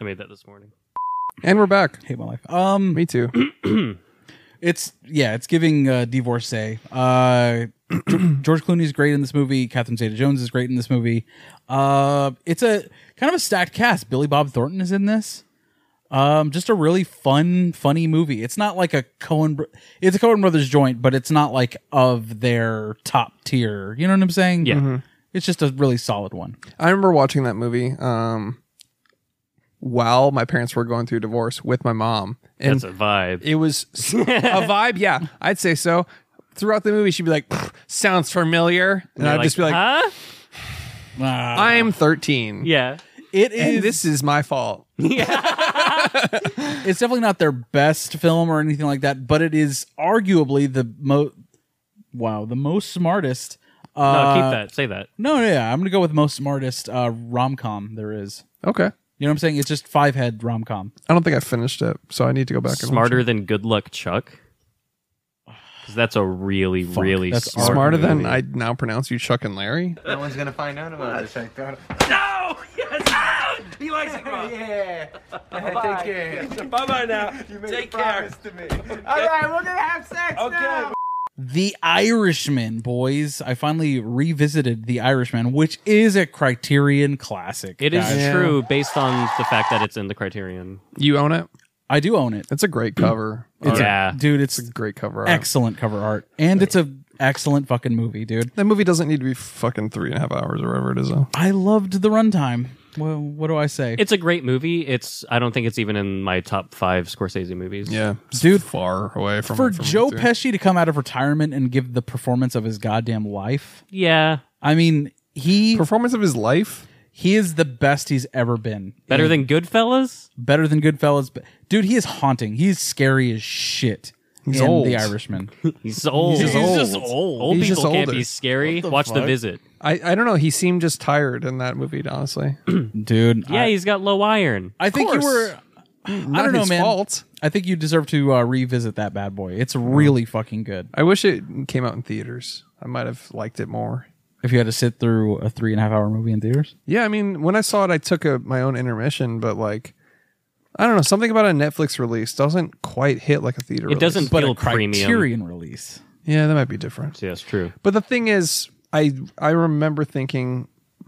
I made that this morning.
And we're back. [CLEARS THROAT]
Hate my life. Um,
me too. [CLEARS THROAT]
it's yeah, it's giving uh, divorcee. Uh, [CLEARS THROAT] Ge- George Clooney is great in this movie. Catherine Zeta-Jones is great in this movie. Uh, it's a kind of a stacked cast. Billy Bob Thornton is in this. Um, just a really fun, funny movie. It's not like a Cohen. It's a Cohen Brothers joint, but it's not like of their top tier. You know what I'm saying?
Yeah. Mhm.
It's just a really solid one.
I remember watching that movie um, while my parents were going through divorce with my mom. And
That's a [LAUGHS] vibe.
it was s- a vibe. Yeah, I'd say so. Throughout the movie, she'd be like, "Pfft, sounds familiar. And
You're
I'd just be like,
huh?
I'm 13.
Yeah.
It
And
is.
this is my fault.
it's definitely not their best film or anything like that, but it is arguably the most wow, the most smartest.
No,
Uh,
keep that. Say that.
No, yeah, I'm gonna go with most smartest uh, rom com there is.
Okay.
You know what I'm saying? It's just five head rom com.
I don't think I finished it, so I need to go back and watch
Smarter than Good Luck Chuck. 'Cause that's a really, really
that's
it.
smart
Smarter than
movie.
I now pronounce you Chuck and Larry.
No one's gonna find out about this. I thought.
Take care. All right, we're gonna have sex now.
The Irishman, boys. I finally revisited The Irishman, which is a Criterion classic.
It is
guys.
true based on the fact that it's in the Criterion.
You own it?
I do own it.
It's a great cover.
It's
art.
yeah.
a, dude. It's
It's a great cover. art.
excellent cover art, and it's a excellent fucking movie, dude.
That movie doesn't need to be fucking three and a half hours or whatever it is, though.
I loved the runtime. Well, what do I say?
It's a great movie. It's I don't think it's even in my top five Scorsese movies.
Yeah. It's
Dude,
far away from
for
it, from
Joe
it, too.
Pesci to come out of retirement and give the performance of his goddamn life.
Yeah.
I mean, he
Performance of his life?
he is the best he's ever been.
Better than Goodfellas?
Better than Goodfellas, but dude, he is haunting. He's scary as shit. He's in
old.
The Irishman.
He's old.
just He's just old.
old.
He's
people
just
can't
older.
be scary. Watch the visit.
I, I don't know. He seemed just tired in that movie, [CLEARS THROAT] honestly.
dude,
Yeah,
I,
he's got low iron.
I think
course.
you were.
Not
I don't know,
his
man.
fault.
I think you deserve to uh, revisit that bad boy. It's really fucking good.
I wish it came out in theaters. I might have liked it more.
If you had to sit through a three and a half hour movie in theaters,
Yeah, I mean, when I saw it, I took a, my own intermission, but like, I don't know. Something about a Netflix release doesn't quite hit like a theater.
It doesn't
release.
but
feel
a
premium.
Criterion release.
Yeah, that might be different.
Yeah, that's true.
But the thing is, I I remember thinking,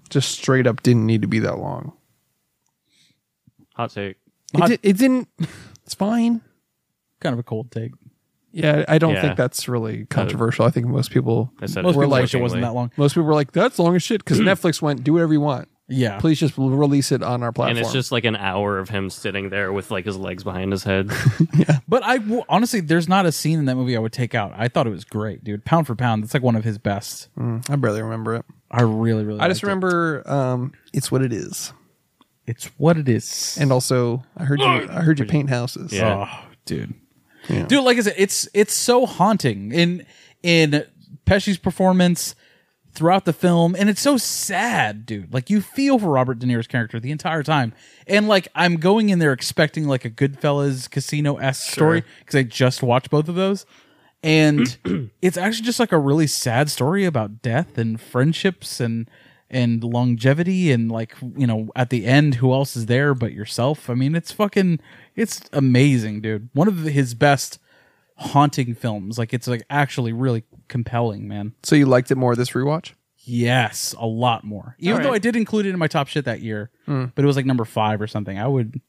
just straight up, didn't need to be that long.
Hot take.
It, di- it didn't. It's fine.
Kind of a cold take.
Yeah, I don't
Yeah. Uh,
think that's really controversial. I think most people
I said
Most
it Mm.
We're
people
like-
wish it wasn't that long.
most people were like, that's long as shit because Netflix went do whatever you want.
Yeah,
Please just release it on our platform.
And it's just like an hour of him sitting there with like his legs behind his head.
But I w- honestly, there's not a scene in that movie I would take out. I thought it was great, dude. Pound for pound, that's like one of his best.
Mm, I barely remember it.
I really, really.
I
liked
just
it.
remember um, it's what it is,
it's what it is.
and also I heard you. I heard you paint houses.
Yeah.
oh, dude, dude, like I said, it's it's so haunting in in Pesci's performance throughout the film, and it's so sad, dude. Like you feel for Robert De Niro's character the entire time, and like I'm going in there expecting like a Goodfellas casino esque story because I just watched both of those. and it's actually just like a really sad story about death and friendships and and longevity and like you know at the end who else is there but yourself i mean it's fucking it's amazing dude one of his best haunting films like it's like actually really compelling man
So you liked it more this rewatch?
yes a lot more even though i did include it in my top shit that year but it was like number five or something i would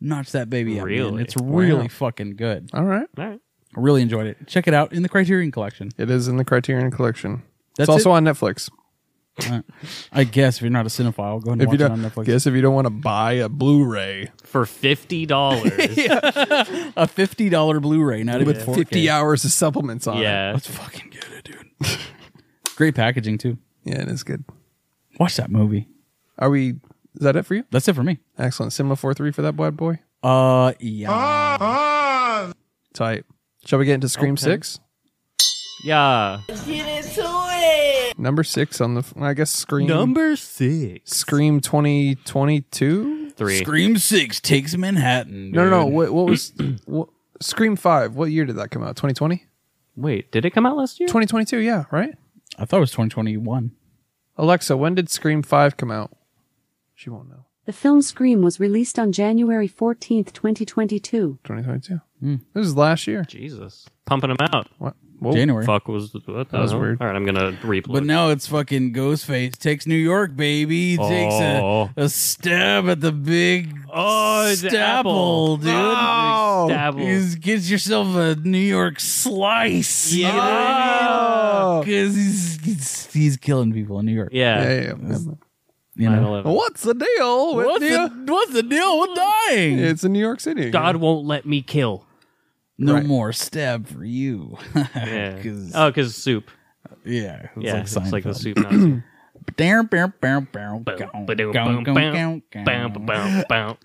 notch that baby up man.
Really?
it's really fucking good
All right.
All right.
i really enjoyed it check it out in the criterion collection
It is in the Criterion Collection.
That's
it's also
it?
on Netflix.
I guess if you're not a cinephile, go ahead and
If
watch
you
it on
don't,
Netflix.
guess if you don't want to buy a Blu-ray
For fifty [LAUGHS] dollars. yeah.
A fifty dollar Blu-ray, not even
with
4K.
50 hours of supplements on it.
Let's fucking get it, dude. Great packaging too.
[LAUGHS] Yeah, it is good.
Watch that movie.
Are we? Is that it for you?
That's it for me.
Excellent. Cinema four three for that bad boy.
Uh, yeah.
Tight. Shall we get into Scream Six?
Yeah.
Number six on the. f- I guess Scream.
Number six.
Scream twenty twenty two.
Three.
Scream Six takes Manhattan.
No, no, no.
dude.
[CLEARS THROAT] What, what was what, Scream Five? What year did that come out? Twenty twenty.
Wait, did it come out last year?
2022, yeah, right?
I thought it was 2021.
Alexa, when did Scream 5 come out? She won't know.
The film Scream was released on January 14th, 2022.
2022.
Hmm.
This is last year.
Jesus. Pumping them out.
What?
January.
Fuck was what the
That was
hell?
weird.
All right, I'm gonna replay.
But now it's fucking Ghostface takes New York, baby. Takes
Oh.
a, a stab at the big
Oh, it's
stapple,
apple.
dude.
Oh. Big stapple.
He's, gets yourself a New York slice. Ah, You know what I mean?
Oh.
'Cause he's, he's he's killing people in New York.
Yeah.
You know.
9/11.
What's the deal? with
What's
you?
the, what's the deal with dying?
It's in New York City.
God won't let me kill.
no
Right.
more stab for you. [LAUGHS]
Yeah.
'Cause-
Oh, because soup.
yeah, it's
Yeah, it's like the
Seinfeld.
soup. Nazi.
Bam, bam, bam, bam,
Boom,
gong,
ba-doom, boom,
gong, gong,
bam,
gong,
bam,
gong.
ba-boom, bam.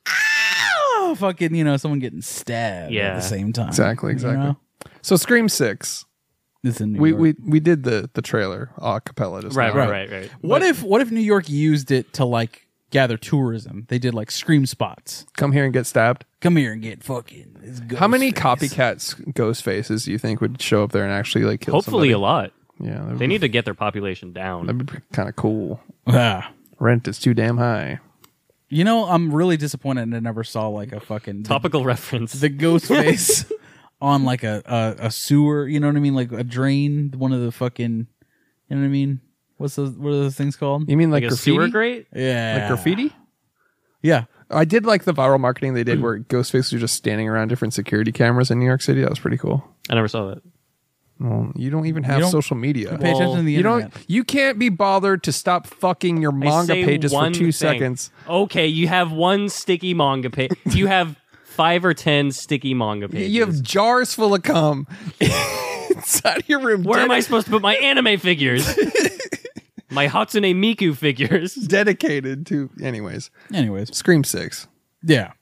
Oh, fucking, you know, someone getting stabbed at
Yeah.
the same time.
Exactly,
you
exactly.
know?
So Scream 6.
It's in New
We,
York.
we we did the the trailer a cappella just
Right,
now.
right, right, right.
what if what if New York used it to like gather tourism? They did like scream spots.
Come here and get stabbed.
Come here and get fucking. it's
How many
Ghostface.
copycat ghost faces do you think would show up there and actually like kill
Hopefully
somebody?
a lot.
Yeah, that'd
They
be,
need to get their population down.
that'd be kind of cool.
Ah.
Rent is too damn high.
You know, I'm really disappointed I never saw like a fucking the,
Topical reference. [LAUGHS]
the ghost face on like a, a a sewer. You know what I mean? Like a drain. One of the fucking. You know what I mean? What's those? What are those things called?
You mean like,
like a
graffiti?
sewer grate?
Yeah,
Like graffiti?
Yeah,
I did like the viral marketing they
Mm.
did where Ghostface was just standing around different security cameras in New York City. That was pretty cool.
I never saw that.
Well, you don't even have
don't-
social media.
pay attention to the
you
internet.
don't. You can't be bothered to stop fucking your
I
manga
say
pages for
one thing.
two seconds.
Okay, you have one sticky manga page. You have five or ten sticky manga pages.
You have jars full of cum [LAUGHS] inside your room.
Where am
dedi-
I supposed to put my anime
[LAUGHS]
figures? my Hatsune Miku
[LAUGHS]
figures.
dedicated to? Anyways,
Anyways,
Scream Six.
yeah,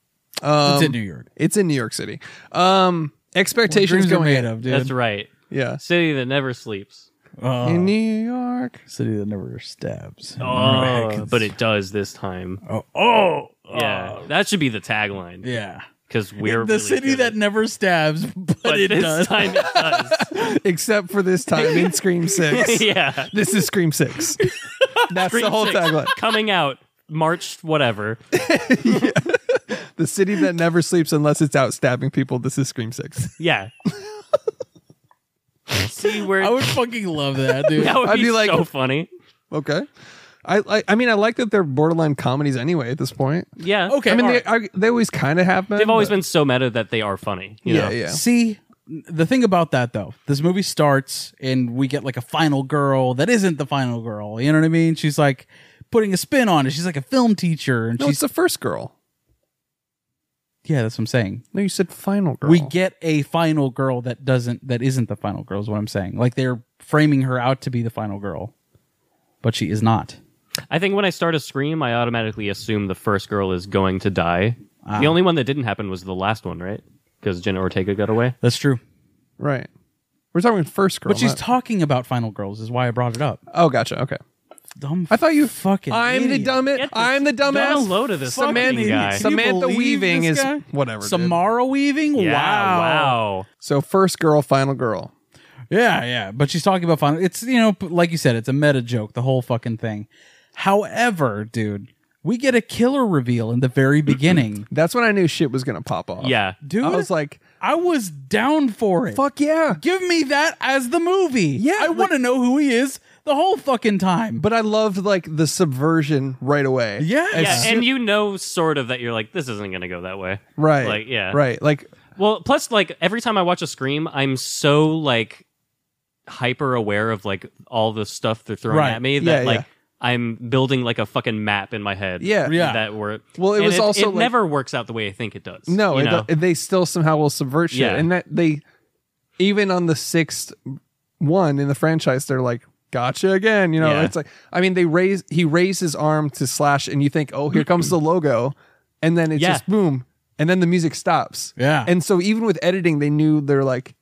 Um,
it's in New York.
It's in New York City. Um, expectations
Dreams are
going
made
in.
of, dude.
That's right.
Yeah,
City that never sleeps.
Oh,
in New York.
city that never stabs.
Oh, but it does this time.
oh, oh,
Yeah, that should be the tagline.
yeah.
Because we're
the
really
city
good
that
at-
never stabs, [LAUGHS] but,
but
it
this
does.
time
[LAUGHS]
it does.
Except for this
[LAUGHS]
time in Scream Six.
yeah,
This is
[LAUGHS]
Scream Six. That's the
Scream
whole
six
tagline.
coming out March whatever.
The city that never sleeps unless it's out stabbing people. This is Scream Six. [LAUGHS]
Yeah. See where
I would fucking love that,
[LAUGHS]
dude.
that would
I'd
be,
be like-
so funny.
Okay. I, I I mean I like that they're borderline comedies anyway at this point.
Yeah.
Okay,
I mean
all
they
right.
I, they always kind of have been.
They've always
but-
been so meta that they are funny. You
Yeah,
know?
yeah.
See, the thing about that though, this movie starts and we get like a final girl that isn't the final girl. You know what I mean? She's like putting a spin on it. She's like a film teacher, and
No, it's
she's
the first girl.
yeah, that's what I'm saying.
No, you said final girl.
We get a final girl that doesn't that isn't the final girl is what I'm saying. Like they're framing her out to be the final girl, but she is not.
I think when I start a scream, I automatically assume the first girl is going to die. The only one that didn't happen was the last one, right? Because Jenna Ortega got away.
That's true.
right. We're talking first girl.
But she's
not-
talking about final girls is why I brought it up.
oh, gotcha. Okay.
Dumb.
I thought you
fucking.
I'm
idiot.
the dumbest.
Get the-
I'm the
get a
dumbass.
load of this
Samantha,
fucking guy. Can you
Samantha
believe
Weaving
this
is
guy?
whatever. dude.
Samara Weaving.
Yeah,
Oh, wow.
wow.
So first girl, final girl.
Yeah, yeah. But she's talking about final. It's you know, p- like you said, it's a meta joke. The whole fucking thing. However, dude, we get a killer reveal in the very beginning,
That's when I knew shit was gonna pop off.
Yeah.
dude.
I was like,
I was down for it.
fuck yeah.
Give me that as the movie. Yeah, I want to know who he is the whole fucking time. But
But I loved like the subversion right away.
yeah,
Yeah, and you know, sort of, that you're like, this isn't going to go that way.
Right.
Like, yeah.
Right. Like
Well, plus, like, every time I watch a Scream, I'm so, like, hyper aware of, like, all the stuff they're throwing
Right.
at me
Yeah,
that,
yeah.
like, I'm building, like, a fucking map in my head.
Yeah.
Yeah.
That were.
Well, it
and
was also,
It
like-
never works out the way I think it does.
No,
You
it-
know?
they still somehow will subvert shit,
Yeah.
and that they even on the sixth one in the franchise, they're like, "Gotcha again," you know.
Yeah.
It's like, I mean, they raise he raised his arm to slash, and you think, "Oh, here comes the logo," and then it's
Yeah.
just boom, and then the music stops.
Yeah.
and so even with editing, they knew they're like,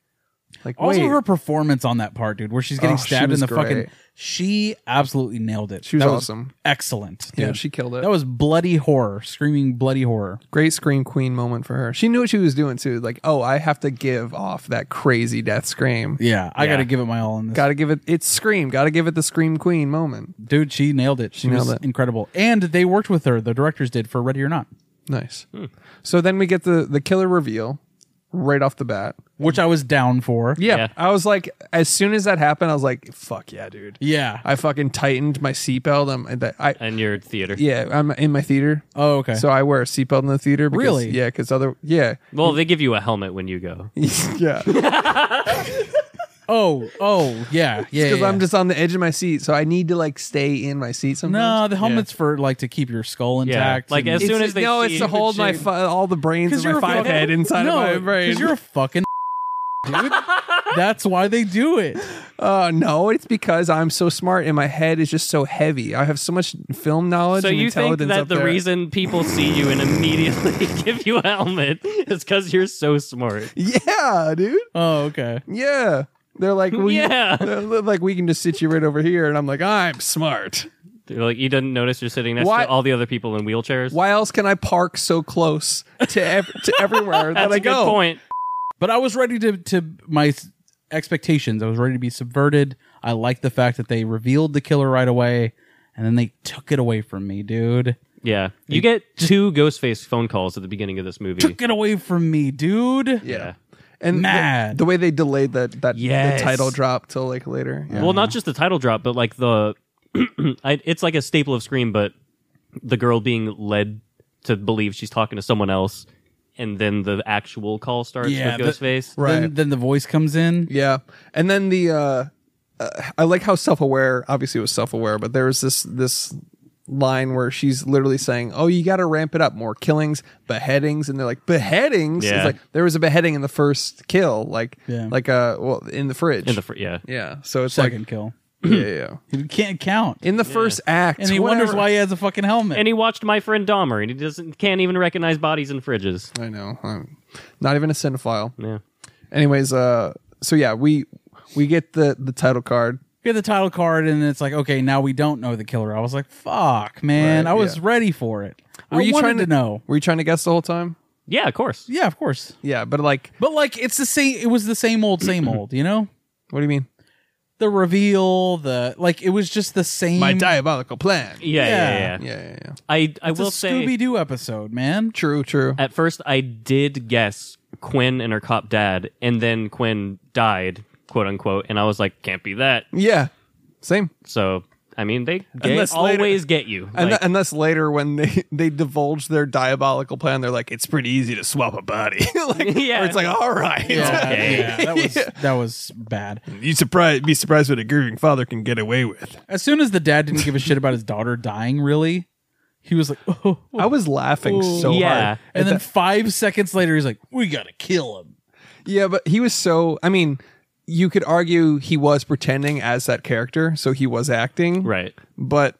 Like
also
wait.
her performance on that part, dude, where she's getting
Oh, she
stabbed in
was
the
great.
fucking. She absolutely nailed it.
She was
That
awesome.
excellent.
Yeah,
dude.
she killed it.
That was bloody horror, screaming bloody horror.
Great scream queen moment for her. She knew what she was doing too. Like, oh, I have to give off that crazy death scream.
Yeah, I gotta give it my all in this.
Got to give it. It's scream. Got to give it the scream queen moment.
Dude, she nailed it. She,
nailed
was
it.
incredible. And they worked with her. The directors did for Ready or Not,
Nice. So then we get the the killer reveal right off the bat.
which I was down for.
Yeah, I was like, as soon as that happened, I was like, fuck yeah, dude.
Yeah.
I fucking tightened my seatbelt. I'm and that- I
and your theater.
yeah, I'm in my theater.
Oh, okay.
So I wear a seatbelt in the theater. Because,
Really?
Yeah, because other
[LAUGHS]
yeah
Well, they give you a helmet when you go.
yeah.
Oh, oh,
[LAUGHS]
yeah, yeah.
because
yeah,
I'm
yeah.
just on the edge of my seat, so I need to like stay in my seat sometimes.
no, the helmet's for like to keep your skull intact.
Like, as soon
It's-
as they
no,
see
it's
you-
to hold my fi- all the brains in my five head [LAUGHS] inside of my brain.
because you're a fucking [LAUGHS] dude. That's why they do it.
Uh, no, it's because I'm so smart and my head is just so heavy. I have so much film knowledge.
So
and
you think
intelligence
that
up
the
there.
reason people see you and immediately [LAUGHS] give you a helmet is because you're so smart?
[LAUGHS] Yeah, dude.
Oh, okay.
Yeah, they're like, we,
Yeah.
[LAUGHS] they're like we can just sit you right over here, and I'm like, I'm smart.
They're Like you didn't notice you're sitting next
Why-
to all the other people in wheelchairs.
Why else can I park so close to ev-
[LAUGHS]
to everywhere that
That's
I
a good
go?
point.
But I was ready to to my s- expectations. I was ready to be subverted. I like the fact that they revealed the killer right away, and then they took it away from me, dude.
Yeah, you get two Ghostface phone calls at the beginning of this movie.
Took it away from me, dude.
Yeah. And the-
Mad.
the, way they delayed that that
Yes.
the title drop till like later. Yeah.
Well, not just the title drop, but like the [CLEARS THROAT] I, it's like a staple of Scream, but the girl being led to believe she's talking to someone else, and then the actual call starts
Yeah,
with
the-
Ghostface.
Right.
Then, then the voice comes in.
Yeah, and then the uh, uh I like how self aware. Obviously, it was self aware, but there was this this line where she's literally saying, "Oh, you got to ramp it up. More killings, beheadings," and they're like, "Beheadings."
Yeah.
It's like there was a beheading in the first kill, like
Yeah.
like uh well in the fridge.
In the fr- yeah,
yeah, so it's
Second kill.
like [CLEARS THROAT] yeah, yeah, yeah.
He can't count,
In the first act,
and he
whatever-
wonders why he has a fucking helmet.
and he watched my friend Dahmer, and he doesn't can't even recognize bodies in fridges.
I know. I'm not even a cinephile.
Yeah,
Anyways, uh, so yeah, we we get the the title card.
get the title card and it's like okay now we don't know the killer i was like fuck man
Right,
i was
yeah.
ready for it i
Were you
wanted
trying
to, know
Were you trying to guess the whole time?
yeah, of course.
yeah of course
Yeah, but like,
but like it's the same it was the same old [CLEARS THROAT] same old you know
what do you mean?
the reveal the like it was just the same
diabolical plan. Yeah,
Yeah, yeah,
Yeah.
yeah. yeah.
yeah, yeah.
I I
it's a
will say
scooby-doo
[LAUGHS]
episode man
True, true.
at first I did guess Quinn and her cop dad, and then Quinn died, quote unquote, and I was like, can't be that.
yeah, same.
So I mean, they get-
Unless later-
always get you.
And
Like,
th- unless later when they [LAUGHS] they divulge their diabolical plan, they're like, it's pretty easy to swap a body. [LAUGHS] like,
[LAUGHS] Yeah.
yeah, it's like, all right. [LAUGHS]
yeah,
Okay.
yeah, that was that was bad
You surprised be surprised what a grieving father can get away with.
as soon as the dad didn't give a shit about his daughter dying really he was like [LAUGHS] oh
I was laughing so
Yeah.
hard.
and then five seconds later he's like we gotta kill him
Yeah, but he was so. I mean, you could argue he was pretending as that character, so he was acting.
right.
But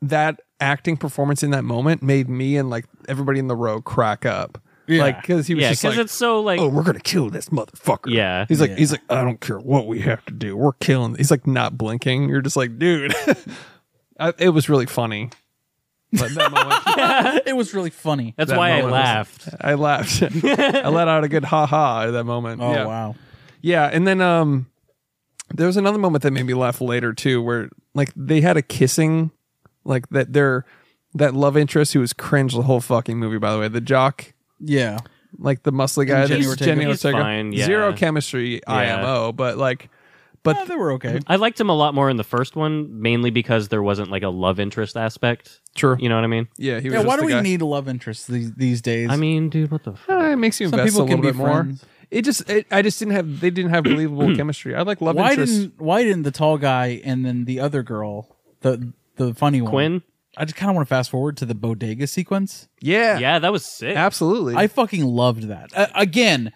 that acting performance in that moment made me and like everybody in the row crack up.
Yeah.
Like because he was
Yeah,
just
because
like,
it's so like
oh, we're gonna kill this motherfucker.
Yeah.
he's like,
Yeah.
he's like, I don't care what we have to do, we're killing. He's like not blinking. You're just like, dude, [LAUGHS] I, it was really funny. But that moment,
[LAUGHS]
it was really funny
that's
that
why I
moment was-
laughed.
I laughed. [LAUGHS] I let out a good ha ha at that moment.
oh
yeah.
wow
yeah, and then um, there was another moment that made me laugh later too, where like they had a kissing, like that their that love interest who was cringe the whole fucking movie. By the way, the jock
yeah
like the muscly guy.
Jenny
that's
Ortega.
Jenny
He's
Ortega.
fine, yeah.
Zero chemistry IMO, but like, but
Yeah, they were okay.
I liked him a lot more in the first one, mainly because there wasn't like a love interest aspect.
sure.
You know what I mean?
Yeah, he was.
Yeah, why
just
do
the
we
guy.
need love interests these, these days?
I mean, dude, what the? F-
Uh, it makes you
Some
invest a
people can
little
be
bit more.
friends.
It just, it, I just didn't have.
[CLEARS THROAT]
They didn't have believable chemistry. I like love
why
interest.
didn't why didn't the tall guy and then the other girl, the the funny one,
Quinn?
I just kind of want to fast forward to the bodega sequence.
yeah,
yeah, that was sick.
absolutely.
I fucking loved that. Uh, again,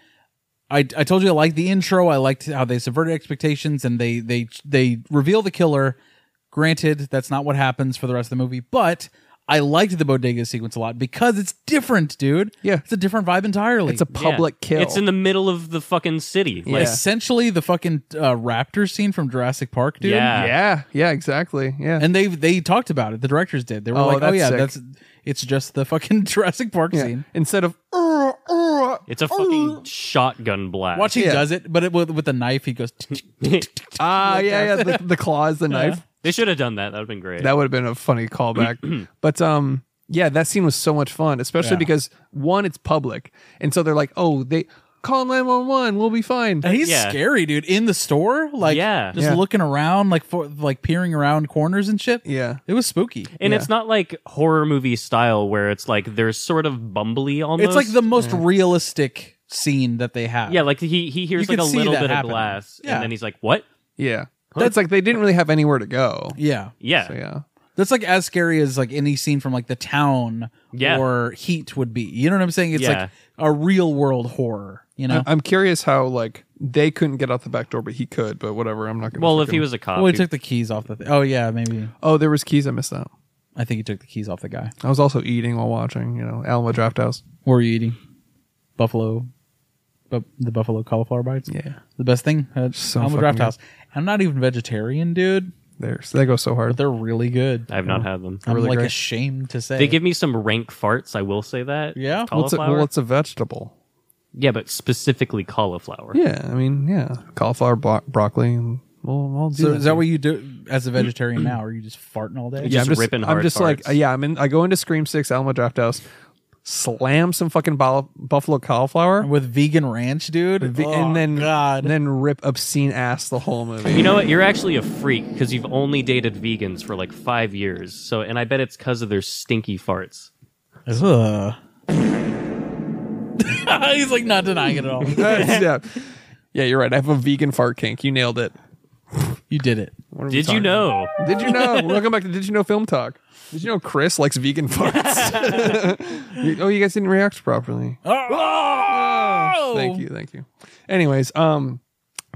I I told you I liked the intro. I liked how they subverted expectations and they they they reveal the killer. Granted, that's not what happens for the rest of the movie, but I liked the bodega sequence a lot because it's different, dude. Yeah, it's a different vibe entirely. It's a
Yeah. It's in the middle of the fucking city. Like,
essentially the fucking uh, raptor scene from Jurassic Park, dude.
Yeah.
Yeah, yeah, exactly. Yeah,
and they they talked about it. The directors did. They were
Oh,
like, "Oh
that's
yeah,
sick.
that's it's just the fucking [LAUGHS] Jurassic Park scene."
Instead of
It's a
Oh.
fucking shotgun blast.
watch, he does it, but it, with, with the knife, he goes.
ah, yeah, yeah,
that.
the, the claw is the knife.
They should have done that. That would have been great.
That would have been a funny callback. but um yeah, that scene was so much fun, especially
Yeah.
because one, it's public. And so they're like, oh, they call 911, we'll be fine.
And he's scary, dude, in the store, like
Yeah.
just
Yeah.
looking around, like for like peering around corners and shit.
Yeah,
it was spooky,
And it's not like horror movie style where it's like there's sort of bumbly almost.
it's like the most realistic scene that they have.
yeah, like he he hears
You
like a
can see
little
that
bit
happening.
of glass,
Yeah.
and then he's like, "What?
Yeah. That's like they didn't really have anywhere to go.
Yeah.
Yeah,
yeah.
That's like as scary as like any scene from like the town
Yeah.
or Heat would be. You know what I'm saying? It's
Yeah.
like a real world horror. You know,
I- I'm curious how like they couldn't get out the back door, but he could. But whatever, I'm not gonna.
Well, if
fucking-
he was a cop,
well, he took the keys off the. Th- oh yeah, maybe.
Oh, there was keys. I missed out.
I think he took the keys off the guy.
I was also eating while watching. You know, Alamo Draft House.
What were you eating? Buffalo, bu- the buffalo cauliflower bites. Yeah, the best thing. At
So
Alamo
fucking
Draft
good.
House. I'm not even vegetarian, dude.
There's they go so hard.
But they're really good.
I've not had them.
I'm
Really
like
great.
ashamed to say.
They give me some rank farts. I will say that.
Yeah?
Well, it's a,
Cauliflower?
well, it's a vegetable.
yeah, but specifically cauliflower.
Yeah, I mean, yeah, cauliflower, bro- broccoli. And we'll, we'll do
So
that.
is that what you do as a vegetarian now? Are you just farting all day?
I'm just, I'm just like, yeah, I'm in. I go into Scream Six Alamo Draft House, slam some fucking bal- buffalo cauliflower
with vegan ranch, dude, Oh,
and then [LAUGHS] and then rip obscene ass the whole movie. [LAUGHS]
You know what? You're actually a freak because you've only dated vegans for like five years. So, and I bet it's because of their stinky farts.
Ugh. [LAUGHS] He's like not denying it at all.
That's- yeah. yeah, you're right. I have a vegan fart kink. You nailed it.
You did it.
Did you know?
Did you [LAUGHS] know? Welcome back to Did You Know Film Talk. Did you know Chris likes vegan [LAUGHS] farts? You- oh, you guys didn't react properly.
Oh!
Thank you, thank you. Anyways, um,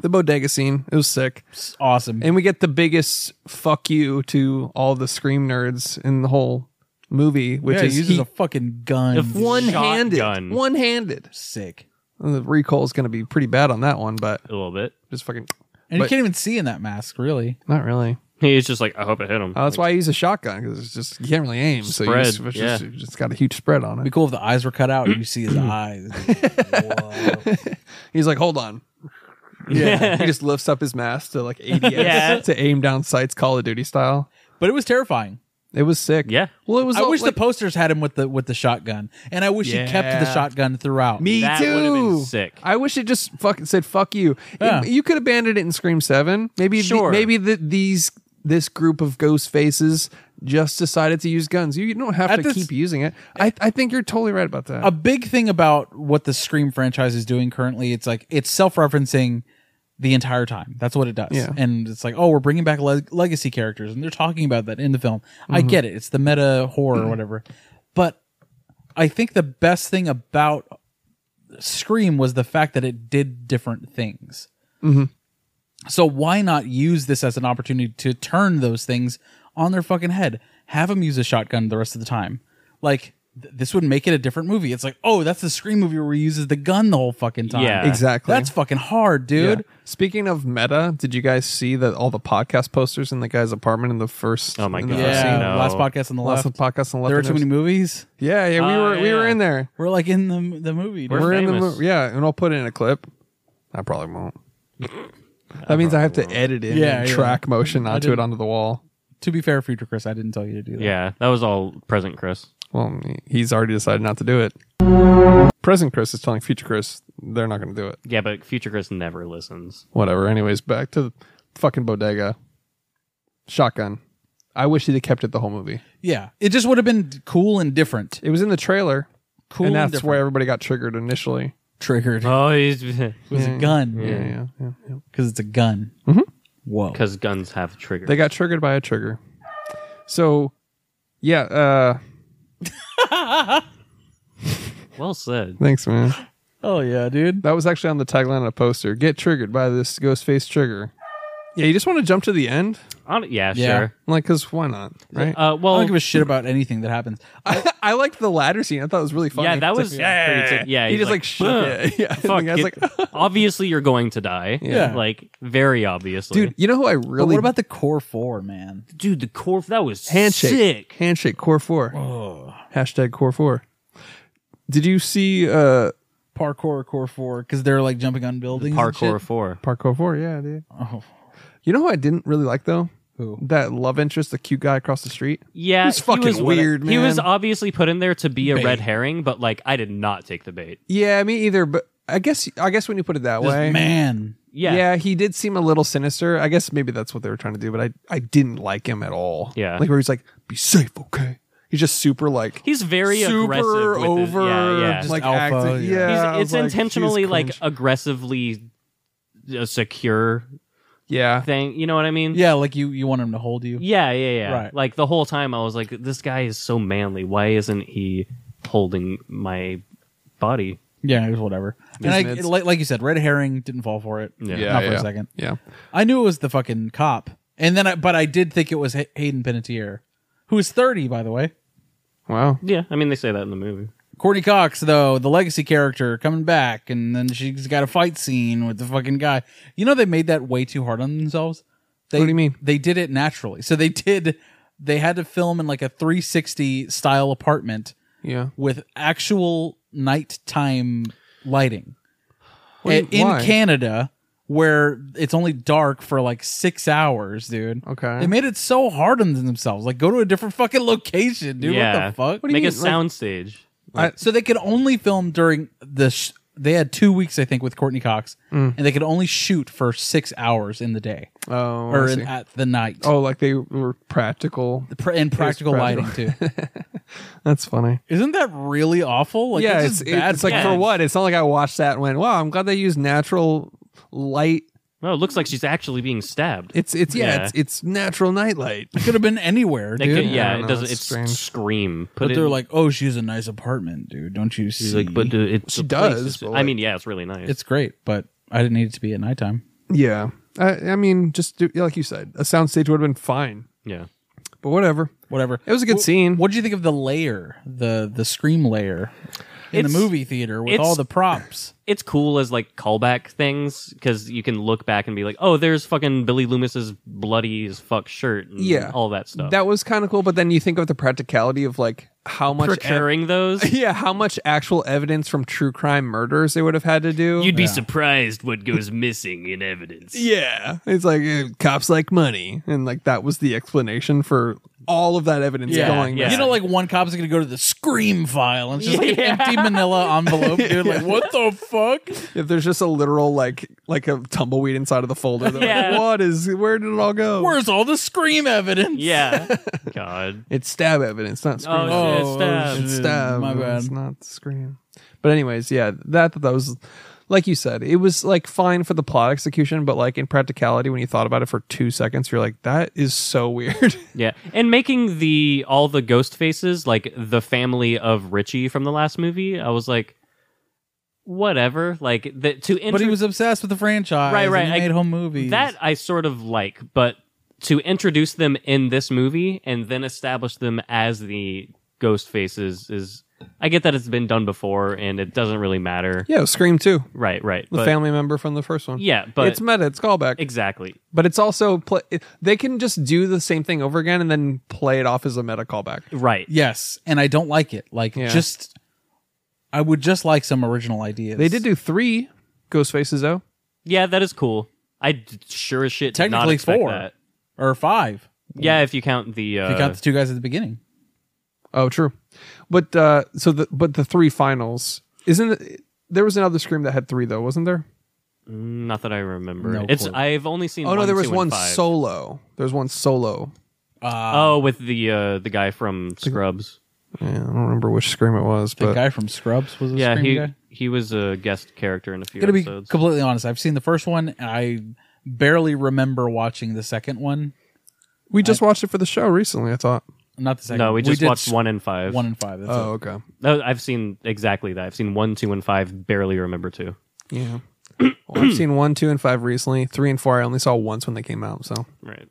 the bodega scene it was sick,
awesome,
and we get the biggest fuck you to all the scream nerds in the whole movie, which
yeah,
is
he uses
he-
a fucking gun.
If one-handed.
Shotgun.
One-handed.
Sick.
the recoil is going to be pretty bad on that one, but
a little bit.
Just fucking.
And you
but-
can't even see in that mask, really.
Not really.
He's just like, I hope it hit him.
Oh, that's why I use a shotgun because it's just you can't really aim. So you
Spread,
just, it's just-
yeah.
it's just got a huge spread on it.
It'd be cool if the eyes were cut out and you see
[CLEARS THROAT]
his eyes.
He's like,
[LAUGHS]
hold on. Yeah, [LAUGHS] he just lifts up his mask to like 80
[LAUGHS] Yeah.
to aim down sights, Call of Duty style.
But it was terrifying.
It was sick.
Yeah.
Well, it was.
I
all,
wish
like-
the posters had him with the with the shotgun, and I wish he kept the
Yeah.
shotgun throughout.
Me too.
sick.
I wish it just fucking said "fuck you." It-
Yeah.
you could have banded it in Scream Seven. Maybe the-
Sure.
maybe the, these this group of ghost faces just decided to use guns. You, you don't have
At
to
this-
keep using it. I I think you're totally right about that.
a big thing about what the Scream franchise is doing currently, it's like it's self-referencing the entire time. That's what it does.
Yeah.
And it's like, oh, we're bringing back leg- legacy characters, and they're talking about that in the film. I
Mhm.
get it. It's the meta horror or whatever. But I think the best thing about Scream was the fact that it did different things.
Mhm.
So why not use this as an opportunity to turn those things on their fucking head? Have them use a shotgun the rest of the time. Like th- this would make it a different movie. It's like, oh, that's the Scream movie where he uses the gun the whole fucking time.
Yeah. Exactly.
That's fucking hard, dude.
Yeah. Speaking of meta, did you guys see that all the podcast posters in the guy's apartment in the first? Oh my
God, Yeah, no. last podcast on the
last
left.
podcast on the left.
There were too many movies.
Yeah, yeah, we
Ah,
were we were
yeah.
in there.
We're like in the the movie.
We're,
dude.
in the mo- yeah, and I'll put in a clip. I probably won't. that means I have to edit in
Yeah,
and
yeah.
track motion
I
onto it
didn't-
onto the wall.
To be fair, future Chris, I didn't tell you to do that.
Yeah, that was all present Chris.
Well, he's already decided not to do it. Present Chris is telling future Chris they're not going to do it.
Yeah, but future Chris never
[LAUGHS]
listens.
Whatever. Anyways, back to the fucking bodega. Shotgun. I wish he'd have kept it the whole movie.
Yeah. It just would have been cool and different.
It was in the trailer.
Cool.
and that's
different.
where everybody got triggered initially.
Triggered.
Oh, [LAUGHS] he's
was a gun.
Yeah, yeah, yeah. yeah.
Because it's a gun.
Mm-hmm.
Whoa.
Because guns have triggers.
They got triggered by a trigger. So, yeah. Uh,
well
[LAUGHS]
said.
thanks, man.
Oh yeah, dude.
That was actually on the tagline of a poster. Get triggered by this ghost face trigger. Yeah, you just want to jump to the end.
I don't- yeah,
Yeah.
sure.
Like, cause why not? Right?
Uh, well,
I don't give a shit about anything that happens.
I, [LAUGHS] I liked the ladder scene. I thought it was really funny.
Yeah, that
It's
was
like,
yeah.
yeah.
Pretty t- yeah
He
he's
just like, shook it. [LAUGHS] Yeah.
Fuck,
I was
it- obviously you're going to die.
Yeah.
like very obviously,
[LAUGHS] Dude, you know who I really?
what about the core four, man?
dude, the core that was
handshake?
sick.
Handshake core four. Hashtag core four. Did you see uh
Parkour core four because they're like jumping on buildings. and
Parkour
shit.
four.
parkour four? Yeah, dude.
Oh.
You know who I didn't really like though? Who? That love interest, the cute guy across the street.
Yeah,
he's fucking
he was,
weird, man.
He was obviously put in there to be a
Bait.
red herring, but like I did not take the bait.
Yeah, me either. But I guess I guess when you put it that
Just
way,
man.
Yeah.
yeah, he did seem a little sinister. I guess maybe that's what they were trying to do, but I I didn't like him at all.
Yeah.
like where he's like, "Be safe, okay." He's just super like
He's very aggressive.
super
With his-
over,
yeah, yeah.
like
alpha,
acting-
yeah.
yeah. I
He's, it's
was like, he's
intentionally like
cringe.
aggressively uh, secure
yeah,
thing. You know what I mean?
Yeah, like you you want him to hold you.
Yeah, yeah, yeah.
Right.
Like the whole time I was like, this guy is so manly. Why isn't he holding my body?
Yeah, it was whatever. And I,
mids.
like like you said, red herring didn't fall for it.
Yeah.
yeah,
not for
yeah.
a second.
Yeah,
I knew it was the fucking cop, and then I, but I did think it was Hay- Hayden Panettiere, who is thirty by the way.
wow.
Yeah, I mean, they say that in the movie.
Courtney Cox, though, the legacy character coming back, and then she's got a fight scene with the fucking guy. You know, they made that way too hard on themselves. They,
What do you mean?
They did it naturally. So they did, they had to film in like a 360 style apartment
Yeah,
with actual nighttime lighting.
What do
A-
you-
in
why?
Canada, where it's only dark for like six hours, dude.
Okay.
They made it so hard on themselves. Like, go to a different fucking location, dude.
yeah.
What the fuck?
Make a soundstage.
So they could only film during the. Sh- they had two weeks, I think, with Courtney Cox,
Mm.
and they could only shoot for six hours in the day
Oh, I
or in,
see.
at the night.
oh, like they were practical.
Pr- and practical lighting too.
[LAUGHS] That's funny.
Isn't that really awful? Like,
yeah,
that's
it's,
just bad [LAUGHS]
it's like
Yeah.
for what? It's not like I watched that and went, "Wow, I'm glad they used natural light."
No, Oh, it looks like she's actually being stabbed.
It's it's yeah,
Yeah.
It's, it's natural nightlight.
It could have been anywhere,
They
dude.
could-
I
yeah,
don't
it
know,
doesn't.
it's
It's
strange.
scream. Put
But
it-
they're like, "Oh, she has a nice apartment, dude. Don't you see?"
she's like, but the, it's
She
the place
does,
is-
but,
I
like-
mean, yeah, it's really nice.
it's great, but I didn't need it to be at nighttime.
Yeah, I, I mean, just do, like you said, a soundstage would have been fine,
yeah.
but whatever.
Whatever.
It was a good
Wh-
scene.
What did you think of the layer, the the scream layer in
It's-
the movie theater with
it's-
all the props?
it's cool as like callback things because you can look back and be like, oh, there's fucking Billy Loomis's bloody as fuck shirt and
Yeah.
all that stuff.
That was kind of cool, but then you think of the practicality of like how much ev-
Procuring
[LAUGHS]
those,
[LAUGHS] yeah, how much actual evidence from true crime murders they would have had to do.
you'd be surprised what goes missing in evidence.
yeah, it's like eh, cops like money, and like that was the explanation for all of that evidence going.
yeah.
You know, like one cop's gonna go to the scream file and it's just
[LAUGHS]
like an empty manila envelope, dude. Like, what the fuck?
If there's just a literal like like a tumbleweed inside of the folder,
[LAUGHS]
they're like,
Yeah.
what is where did it all go?
Where's all the scream evidence? [LAUGHS]
Yeah. [LAUGHS] God.
It's stab evidence, not scream.
Oh,
evidence.
shit,
Oh,
stab.
shit.
It's stab.
My bad.
It's not scream. But anyways, yeah, that that was like you said, it was like fine for the plot execution, but like in practicality, when you thought about it for two seconds, you're like, that is so [LAUGHS] weird.
Yeah, and making the all the ghost faces like the family of Richie from the last movie, I was like, whatever. Like the, to
But he
intro-
was obsessed with the franchise.
Right, right,
And he
I-
made home movies.
That I sort of like, but to introduce them in this movie and then establish them as the ghost faces is I get that it's been done before and it doesn't really matter.
yeah, it was Scream too.
Right, right.
The
but-
family member from the first one.
Yeah, but
it's meta. It's callback.
exactly.
but it's also play. They can just do the same thing over again and then play it off as a meta callback.
Right.
yes, and I don't like it. Like,
Yeah.
just I would just like some original ideas.
They did do three ghost faces though.
Yeah, that is cool. I d- sure as shit did not
Technically
expect
four.
that.
or five.
Yeah, if you count the uh,
If you count the two guys at the beginning.
Oh, true. But uh so the but the three finals isn't it, there was another scream that had three though, wasn't there?
not that I remember.
No
it's
clue.
I've only seen
Oh no, there
two,
was
and
one
five.
solo. There's one solo.
Oh, with the uh, the guy from Scrubs.
Yeah, I don't remember which scream it was,
The
but
guy from Scrubs was a
Yeah,
scream
he
guy.
he was a guest character in a few
Gonna be
episodes.
completely honest. I've seen the first one, and I barely remember watching the second one.
we just watched it for the show recently. I thought.
Not the second.
No, we just
did
watched
s-
one and five.
one and five. That's it.
Oh, okay.
No, I've seen exactly that. I've seen one, two, and five. Barely remember two.
Yeah. [CLEARS THROAT] Well, I've seen one, two, and five recently. Three and four I only saw once when they came out. So
Right.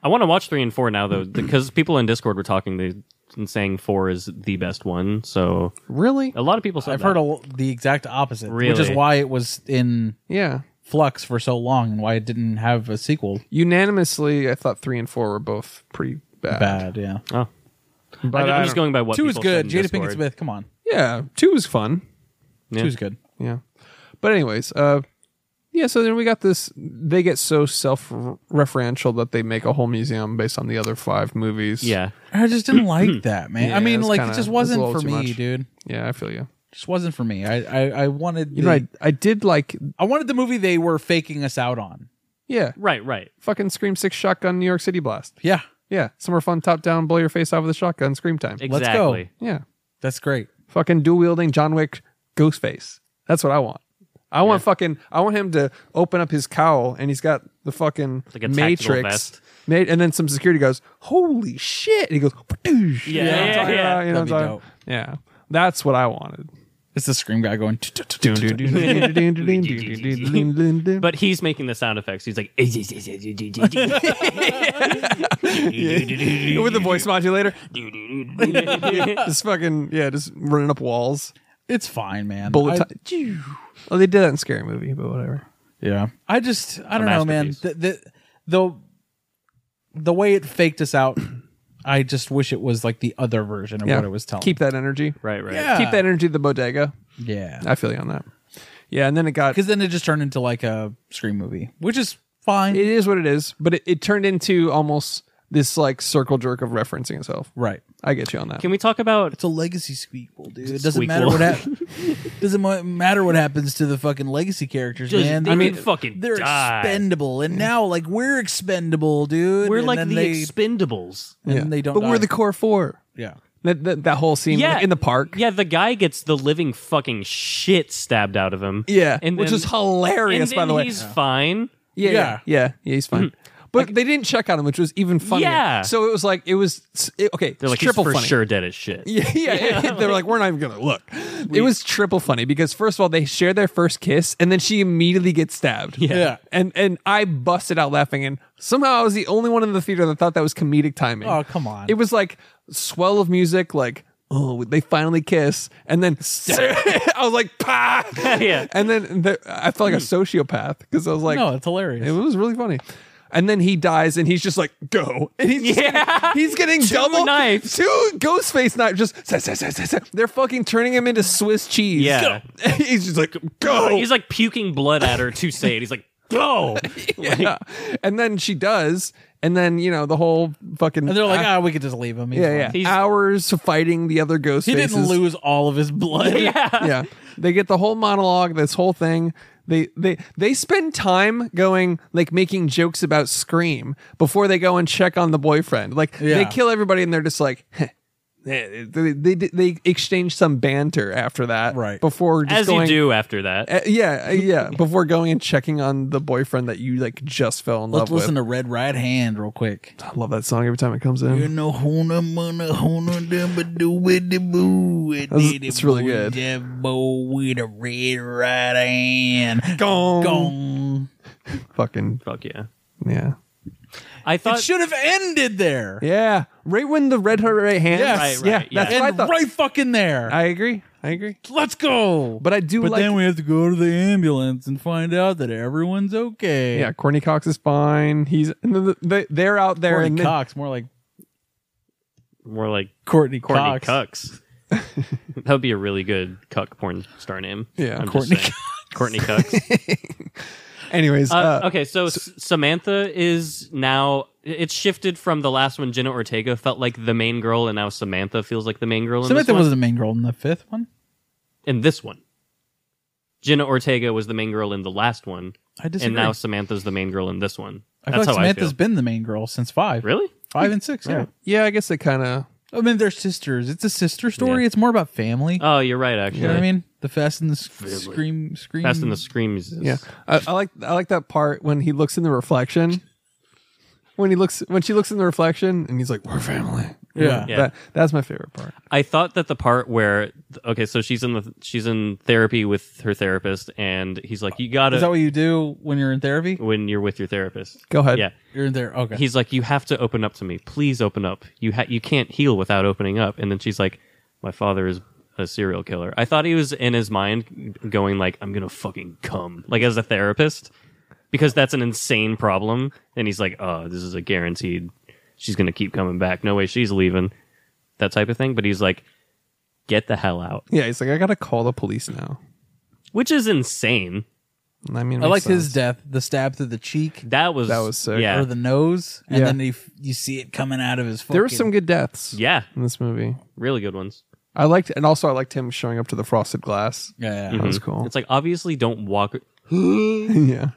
I want to watch three and four now though, because people in Discord were talking they, and saying four is the best one. So
really,
a lot of people said
I've
that.
heard a, the exact opposite, which is
Really?
why it was in
yeah
flux for so long and why it didn't have a sequel.
Unanimously, I thought three and four were both pretty bad.
Bad, yeah.
Oh,
But I
I'm
don't-
just going by what
Two is
people said
good.
in
Jada Pinkett
Discord.
Smith. Come on,
yeah, two was fun.
Yeah.
two is good.
Yeah. But anyways, uh yeah, so then we got this they get so self-referential that they make a whole museum based on the other 5 movies.
Yeah,
I just didn't like that, man.
Yeah,
I mean,
it's
like
kinda-
it just
it's a
wasn't
little
for
too
me,
much.
dude.
Yeah, I feel you.
Just wasn't for me. I I, I wanted the,
You know, I, I did like
I wanted the movie they were faking us out on.
yeah,
Right, right.
fucking Scream 6 shotgun New York City blast.
Yeah,
Yeah, summer fun top down blow your face off with a shotgun scream time.
Exactly.
let's go.
Yeah.
that's great.
Fucking dual wielding John Wick Ghostface. That's what I want. I want fucking I want him to open up his cowl and he's got the fucking
Like a tactical
matrix.
vest.
Ma- and then some security goes, "Holy shit." And he goes, "Padoosh."
Yeah,
You know what I'm
yeah,
talking
yeah.
about? You
That'd
know what I'm
be
talking-
dope.
Yeah. That's what I wanted.
It's the scream guy going.
But he's making the sound effects. He's like,
With the
[LAUGHS]
voice modulator. just fucking yeah, just running up walls.
It's fine, man.
Bullet
I-
time. Oh, they did that in scary movie, but whatever.
Yeah. I just I don't know, man. The,
masterpiece.
the the the way it faked us out, I just wish it was like the other version of
Yeah.
what it was telling.
Keep that energy.
right, right.
Yeah.
Keep that energy to the bodega.
yeah.
I feel you on that. Yeah, and then it got
Because then it just turned into like a scream movie, which is fine.
it is what it is, but it, it turned into almost this like circle jerk of referencing itself.
right.
I get you on that.
Can we talk about
It's a legacy sequel, dude. It doesn't
Squeakquel.
matter
[LAUGHS]
what happens. doesn't ma- matter what happens to the fucking legacy characters,
Just-
man.
they
I
can
mean,
fucking
they're
die.
expendable, and now like we're expendable, dude.
we're
And
like
then
the
they,
Expendables?
and
Yeah.
they don't.
But we're
die.
the core four.
yeah.
That, that that whole scene
Yeah,
like, in the park.
Yeah, the guy gets the living fucking shit stabbed out of him.
Yeah,
and
which
then-
is hilarious,
and
by
then
the way.
he's fine.
yeah, yeah,
Yeah.
yeah, yeah, he's fine. But they didn't check on him, which was even funnier.
Mm-hmm. Yeah.
So it was like it was it, okay.
They're like, he's
triple
for
funny.
sure dead as shit.
[LAUGHS] Yeah, [LAUGHS] yeah. They're like, we're not even gonna look. it was triple funny because first of all, they share their first kiss, and then she immediately gets stabbed.
Yeah.
and and I busted out laughing, and somehow I was the only one in the theater that thought that was comedic timing.
Oh, come on.
It was like swell of music, like oh, they finally kiss, and then [LAUGHS] I was like, pah,
[LAUGHS] Yeah. Mm.
and then the, I felt like a sociopath because I was like,
no, it's hilarious.
it was really funny. And then he dies, and he's just like, "Go!" And he's just
Yeah.
getting, he's getting
Two
double
knives.
two Ghostface knives. Just sa- sa- sa- sa- sa- they're fucking turning him into Swiss cheese.
Yeah.
Go. [LAUGHS] he's just like, "Go!"
[LAUGHS] He's like puking blood at her to say it. He's like,
[LAUGHS]
go.
yeah. And then she does, and then you know the whole fucking.
And they're like,
uh,
ah, we could just leave him. He's
yeah,
fine."
yeah.
He's-
Hours fighting the other Ghostfaces.
He didn't lose all of his blood. [LAUGHS]
yeah.
yeah they get the whole monologue this whole thing they they they spend time going like making jokes about scream before they go and check on the boyfriend like they
Yeah.
kill everybody and they're just like [LAUGHS] "Heh." they, they, they they exchange some banter after that
Right.
before just
As you
going,
do after that.
Uh, yeah uh, yeah before going and checking on the boyfriend that you like just fell in
Let's
love
listen
with
to Red Right Hand real quick.
i love that song every time it
[LAUGHS]
comes
You
in
know, hona mana hona dama do with the boo. It
That's-
did it,
it's really
boy,
good.
That boy with a red right hand.
Gong.
Gong.
fucking
Fuck yeah.
yeah
I
It
thought
should have ended there.
yeah right when the red heart right hand
Yes.
Right, right,
yeah
yeah.
that's what i
And
thought
right fucking there.
i agree i agree
Let's go.
But I do
But
like.
then we have to go to the ambulance and find out that everyone's okay.
yeah, Courtney Cox is fine. He's and then the- they, they're out there.
Courtney
and then-
Cox, more like
more like
Courtney,
Courtney
Cox.
Cucks.
[LAUGHS]
that would be a really good cuck porn star name.
Yeah,
I'm just
Courtney
saying. Courtney Cucks.
[LAUGHS] Anyways, uh,
Uh, okay, so, S- Samantha is now. It's shifted from the last one. Jenna Ortega felt like the main girl, and now Samantha feels like the main girl. In
Samantha
this one.
was the main girl in the fifth one.
in this one. Jenna Ortega was the main girl in the last one,
I disagree.
and now Samantha's the main girl in this one.
I feel
That's
like
how
Samantha's
I feel.
been the main girl since five.
Really?
Five and six, yeah.
yeah, I guess they kind of.
I mean, they're sisters. It's a sister story. It's more about family.
Oh, you're right. Actually,
you know what I mean? The Fast and the S- Scream, Scream.
Fast and the Screams. Is,
Yeah, I, I like I like that part when he looks in the reflection. when he looks when she looks in the reflection and he's like, "We're family."
Yeah. Yeah.
That, that's my favorite part.
I thought that the part where okay, so she's in the she's in therapy with her therapist, and he's like, "You gotta."
Is that what you do when you're in therapy?
when you're with your therapist?
Go ahead.
Yeah,
You're in there. Okay.
He's like, "You have to open up to me. Please open up. You ha- you can't heal without opening up." And then she's like, "My father is a serial killer." I thought he was in his mind going like, "I'm gonna fucking come," like as a therapist, because that's an insane problem. And he's like, "Oh, this is a guaranteed. She's gonna keep coming back. No way, she's leaving." That type of thing. But he's like, "Get the hell out,"
Yeah, he's like, "I gotta call the police now."
which is insane.
I mean, it
I
makes
liked his
sense.
death, the stab through the cheek.
That was
That was sick.
Yeah,
or the nose, and
Yeah.
then he, f- you see it coming out of his. Fucking,
There were some good deaths.
yeah,
in this movie.
really good ones.
I liked, and also I liked him showing up to the frosted glass.
Yeah, yeah.
that was
Mhm.
cool.
It's like obviously don't walk.
[LAUGHS] yeah,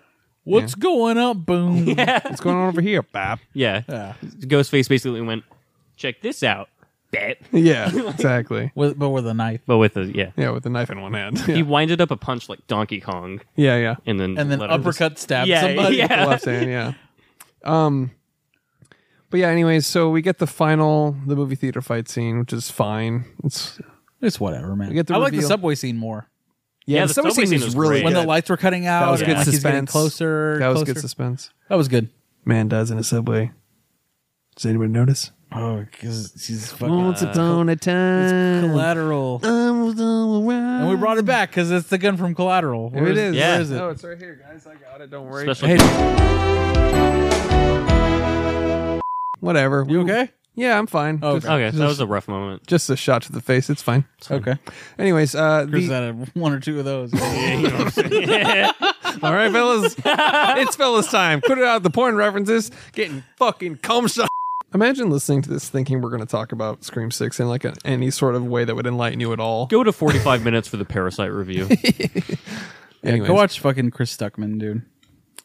What's going up,
[LAUGHS]
boom?
what's going on over here, Bap?
Yeah.
Yeah.
Ghostface basically went, check this out, bet.
[LAUGHS] Yeah, exactly.
With, but with a knife,
But with a, yeah.
Yeah, with a knife in
[LAUGHS]
one hand.
He
Yeah,
winded up a punch like Donkey Kong
yeah, yeah.
and then
and then
let her just-
uppercut stab
Yeah,
somebody.
yeah.
The left hand. Yeah. Um. But yeah, anyways, so we get the final the movie theater fight scene, which is fine. It's
It's whatever, man.
We get the
I like the
reveal.
subway scene more
yeah,
the subway scene was great.
when
Yeah.
the lights were cutting out.
that was
and,
good
like, Oh, he's getting
suspense.
closer.
That was
closer.
good suspense.
That was good.
Man dies in a subway. Does anybody notice?
Oh, because he's fucking uh,
Once upon a time,
collateral.
I was all around.
And we brought it back because it's the gun from Collateral. Where
it is.
Yeah.
Where is it?
Oh,
it's right here, guys. I got it. Don't worry.
Special-
Whatever.
You okay?
Yeah, I'm fine.
Oh,
just,
Okay, that was a rough moment.
just a shot to the face. It's fine.
Okay.
Anyways, uh,
Chris
the,
had a, one or two of those.
all right, fellas, [LAUGHS] it's fellas time. Put it out the porn references. Getting fucking cum shot. Imagine listening to this, thinking we're going to talk about Scream Six in like an any sort of way that would enlighten you at all.
Go to 45
[LAUGHS]
minutes for the Parasite review.
yeah,
Anyways.
go watch fucking Chris Stuckman, dude.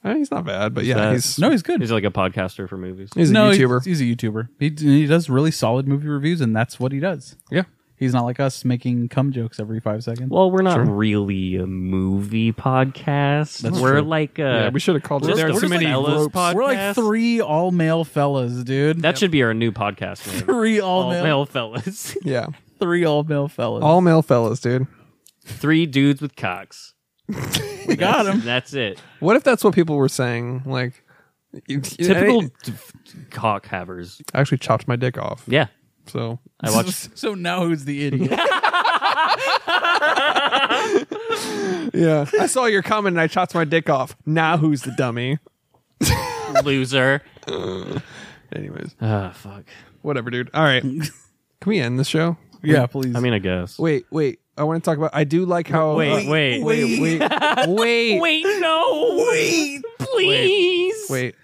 I mean, he's not bad, but yeah,
that-
he's
No, he's good.
He's like a podcaster for movies.
he's a
no,
YouTuber.
He's, he's a YouTuber. He, he does really solid movie reviews, and that's what he does.
yeah,
He's not like us making cum jokes every five seconds.
Well, we're not really a movie podcast. we're
true.
like uh, a,
yeah. We should have called
Just-
it.
there are
We're
too
just
many
like
Ellis
ropes.
pod-
We're
podcast.
like three all male fellas, dude.
that should be our new podcast name.
three all,
All
male,
male fellas. [LAUGHS]
Yeah,
three all male fellas.
all male fellas, dude.
Three dudes with cocks.
[LAUGHS] we got him.
That's it.
What if that's what people were saying? Like,
Typical d- f- cock havers.
I actually chopped my dick off.
Yeah.
So [LAUGHS]
I watched
[LAUGHS] So now who's the idiot?
yeah, I saw your comment and I chopped my dick off. Now who's the dummy?
Loser.
Anyways,
[LAUGHS] Ah, fuck.
whatever, dude. All [LAUGHS] right, can we end the show?
yeah, please.
I mean, I guess.
Wait, wait. I want to talk about. I do like how. uh,
Wait, wait,
wait, wait, [LAUGHS] wait,
Wait, no. Wait, please.
wait.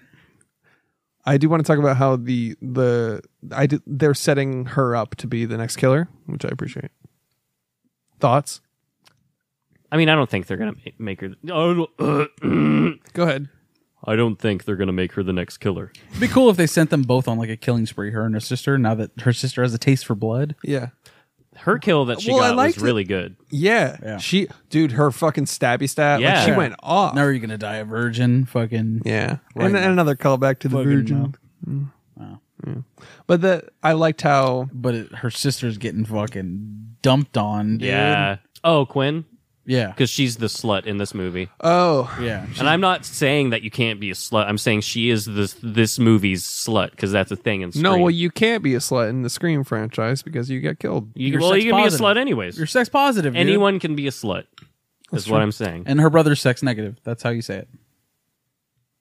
I do want to talk about how the the I do, they're setting her up to be the next killer, which I appreciate. Thoughts?
I mean, I don't think they're going to make her. Oh, no.
Go ahead.
[CLEARS THROAT] I don't think they're going to make her the next killer.
It'd be cool if they sent them both on like a killing spree, her and her sister. Now that her sister has a taste for blood,
Yeah.
Her kill that she
Well, I
got
liked
was
it.
really good.
Yeah.
Yeah.
She, dude, her fucking stabby stab. Yeah.
Yeah.
she went off.
now are you gonna die a virgin? Fucking
Yeah.
Right
and,
in
and another callback to the
Fucking
Virgin.
mouth.
Mm. Yeah. But the I liked how
But it, her sister's getting fucking dumped on. Dude.
Yeah. Oh, Quinn?
yeah,
Because she's the slut in this movie.
oh
yeah. She-
and I'm not saying that you can't be a slut. I'm saying she is this this movie's slut because that's a thing in Scream.
no well you can't be a slut in the Scream franchise because you get killed.
you
you're
well,
sex
you can be a
positive.
slut anyways.
You're sex positive. dude.
Anyone can be a slut. That's what I'm saying.
And her brother's sex negative. That's how you say it.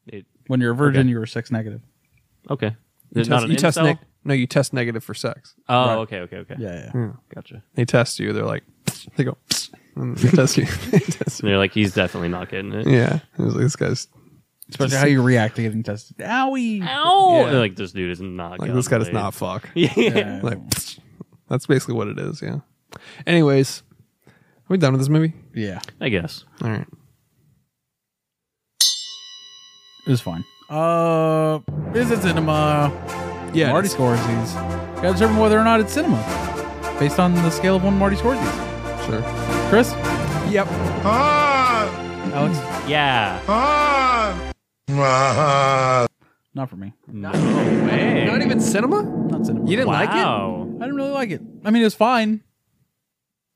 It-
When you're a virgin, you were sex negative.
okay.
You
not
test,
an
you test
incel?
neg- no you test negative for sex.
Oh, okay, okay, okay.
Yeah, yeah.
Gotcha.
They test you. They're like [LAUGHS] they go and they test you. [LAUGHS] They test you.
And they're like, he's definitely not getting it.
Yeah. It was like, this guy's
Especially how you react to getting tested.
[LAUGHS]
Owie.
Ow!
Yeah.
They're like, this dude is not.
like
getting
this guy does
laid. [LAUGHS]
not fuck.
Yeah.
Like [LAUGHS] that's basically what it is. Yeah. Anyways, are we done with this movie?
yeah.
I guess.
All right.
It was fine. Uh, is it cinema?
Yeah.
Marty scores these. Gotta determine whether or not it's cinema based on the scale of one Marty scores these.
Sure.
Chris,
Yep.
Ah!
Alex,
Oh,
Yeah.
Ah! Ah!
Not for me. No
way. Not even cinema?
Not cinema.
You didn't like it?
Oh, Wow.
I didn't really like it. I mean, it was fine.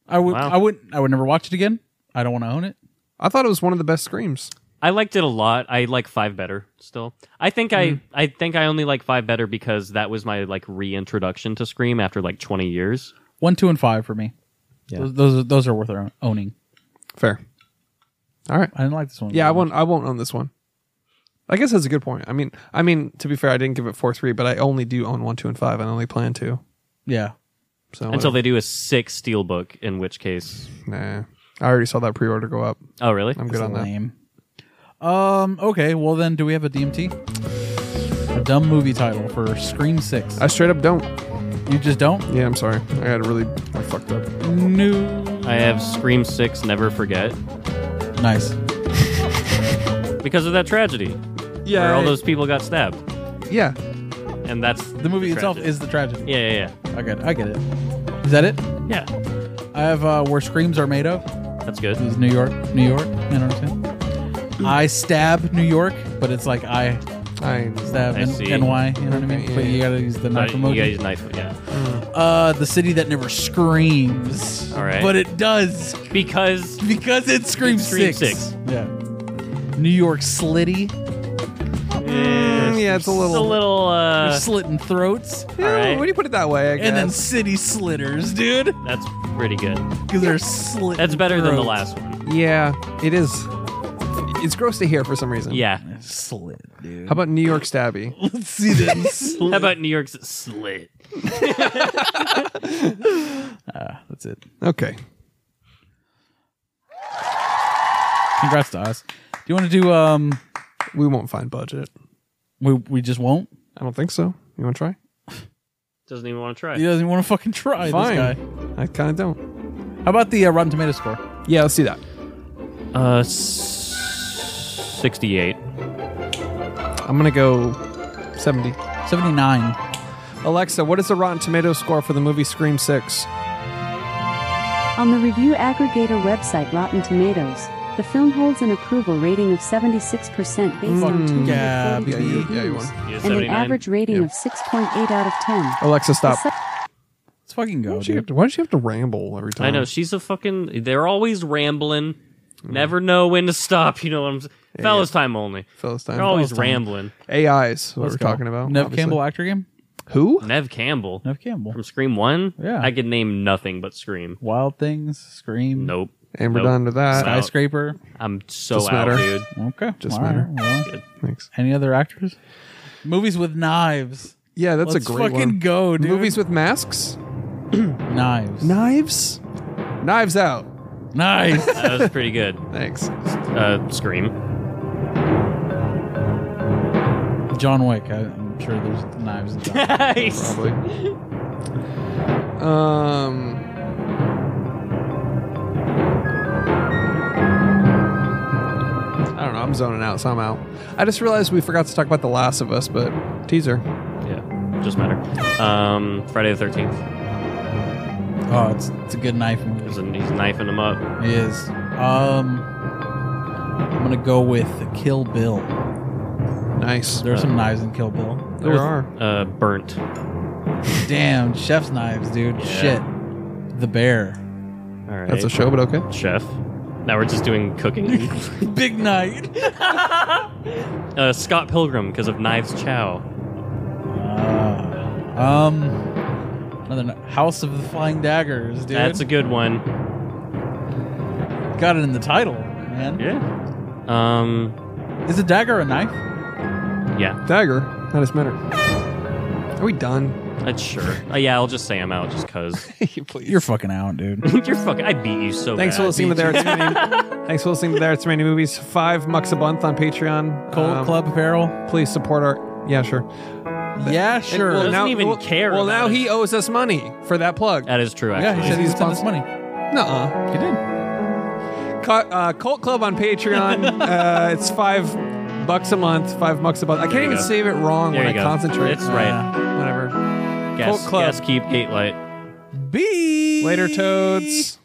I would. I would. I would never watch it again. I don't want to own it.
I thought it was one of the best screams.
I liked it a lot. I like five better still. I think I
Mm-hmm.
I think I only like five better because that was my like reintroduction to Scream after like twenty years.
One, two, and five for me. Those, those are- those are worth own- owning.
Fair. All right.
I didn't like this one.
Yeah, I won't. I won't own this one. I guess that's a good point. I mean, I mean to be fair, I didn't give it four three, but I only do own one, two, and five. I only plan two.
Yeah.
So
Until they do a six steel book, in which case
Nah. I already saw that pre-order go up.
Oh really?
I'm good on that.
Um. Okay. Well, then, do we have a DMT? A dumb movie title for Scream Six.
I straight up don't.
You just don't?
Yeah, I'm sorry. I got really I fucked up.
No.
I have Scream Six Never Forget.
Nice.
because of that tragedy.
Yeah,
Where all
I-
those people got stabbed.
Yeah.
And that's
The movie itself
tragedy.
is the tragedy.
Yeah, yeah,
I get. I get it. Is that it?
yeah. Yeah.
I have uh, where screams are made of.
That's good.
Mm,
New York, New York. I don't understand. I stab New York, but it's like I,
I
stab
I
N-
see.
NY. You know what I mean? But you gotta use the knife
But you
emoji.
guys knife yeah.
Uh, the city that never screams.
All right.
But it does
Because
because it screams
Scream
six.
Six. Uh.
Yeah. New York slitty.
Mm, yeah,
It's
it's a
a
little.
little uh
They're slitting throats.
Yeah,
all right.
When you put it that way, I guess.
And then city slitters, dude.
that's pretty good.
Because they're slitting
That's better than the
throats.
last one.
yeah, it is. It's gross to hear for some reason.
Yeah.
Slit, dude.
How about New York Stabby?
Let's
[LAUGHS]
see this.
How about New York's slit?
That's it.
Okay.
Congrats to us. Do you want to do, um,
We won't find budget.
we, we just won't?
I don't think so. You want to try?
Doesn't even want to try.
He doesn't want to fucking try
Fine.
this guy.
I kind of don't.
How about the uh, Rotten Tomato score?
Yeah, let's see that.
Uh s- 68.
I'm gonna go 70.
79.
Alexa, what is the Rotten Tomato score for the movie Scream Six?
On the review aggregator website Rotten Tomatoes, the film holds an approval rating of 76% based on 240
yeah,
Yeah, you, yeah, you
reviews,
won.
Yeah,
and
79.
an average rating
Mm. Yeah.
of 6.8 out of 10.
Alexa, stop.
The
Let's fucking go,
Why does she
dude.
have to, why does she have to ramble every time?
I know she's a fucking. They're always rambling. Never know when to stop. You know what I'm saying? Fellas time only.
Fellas time.
They're always
Fellas time.
rambling.
AIs, what
Let's
we're
go.
talking about.
Nev
obviously.
Campbell actor game?
Who?
Nev Campbell
Nev Campbell.
from Scream One.
Yeah.
I could name nothing but Scream.
Wild Things, Scream,
Nope.
And we're
Nope.
done to that.
Out.
Skyscraper.
I'm so
Doesn't
out,
matter.
dude.
Okay.
Just
all right,
matter.
well.
Thanks.
any other actors? Movies with knives.
Yeah, that's
Let's
a great
fucking
one.
go, dude.
Movies with masks?
Knives.
Knives? Knives out.
Nice.
That was pretty
[LAUGHS]
good.
Thanks.
Uh, Scream.
[LAUGHS] John Wick. I, I'm sure there's knives. In John Wick.
Nice.
Probably. um. I don't know. I'm zoning out, so I'm out. I just realized we forgot to talk about The Last of Us, but teaser.
Yeah. Just matter. Um, Friday the Thirteenth.
oh, it's, it's a good knife movie.
He's knifing them up.
It is. Um, I'm gonna go with Kill Bill.
Nice.
There are some knives in Kill Bill.
There are.
Uh, burnt.
Damn, chef's knives, dude. Shit. The bear. [LAUGHS]
All right.
That's a show, but okay.
chef. Now we're just doing cooking.
Big night.
uh, Scott Pilgrim because of Knives Chow.
Uh, um, another kn- House of the Flying Daggers, dude.
That's a good one.
Got it in the title, man.
Yeah. Um.
Is a dagger a knife?
Yeah,
Dagger. Not as matter. Are we done?
that's sure. Uh, yeah, I'll just say I'm out just cause.
Please.
You're fucking out, dude.
You're fucking. I beat you so
Thanks for
bad.
listening to There It's
[LAUGHS]
Many. Thanks for listening to There It's Many Movies. Five mucks a month on Patreon.
Cold
Um,
Club Apparel.
Please support our. Yeah, sure.
Yeah,
And-
sure.
Doesn't even
well,
care
Well,
about
now
it.
he owes us money for that plug.
That is true.
yeah,
Actually.
he said he's
He's
sent us money.
Nuh-uh.
He did.
Co- uh, Cult Club
[LAUGHS]
on Patreon. uh, it's five bucks a month. Five bucks a month. I can't even
go.
save it wrong
There
when
you
I
go.
concentrate.
It's right.
Whatever.
Gas,
Club.
gas keep gate light.
B.
Later, toads.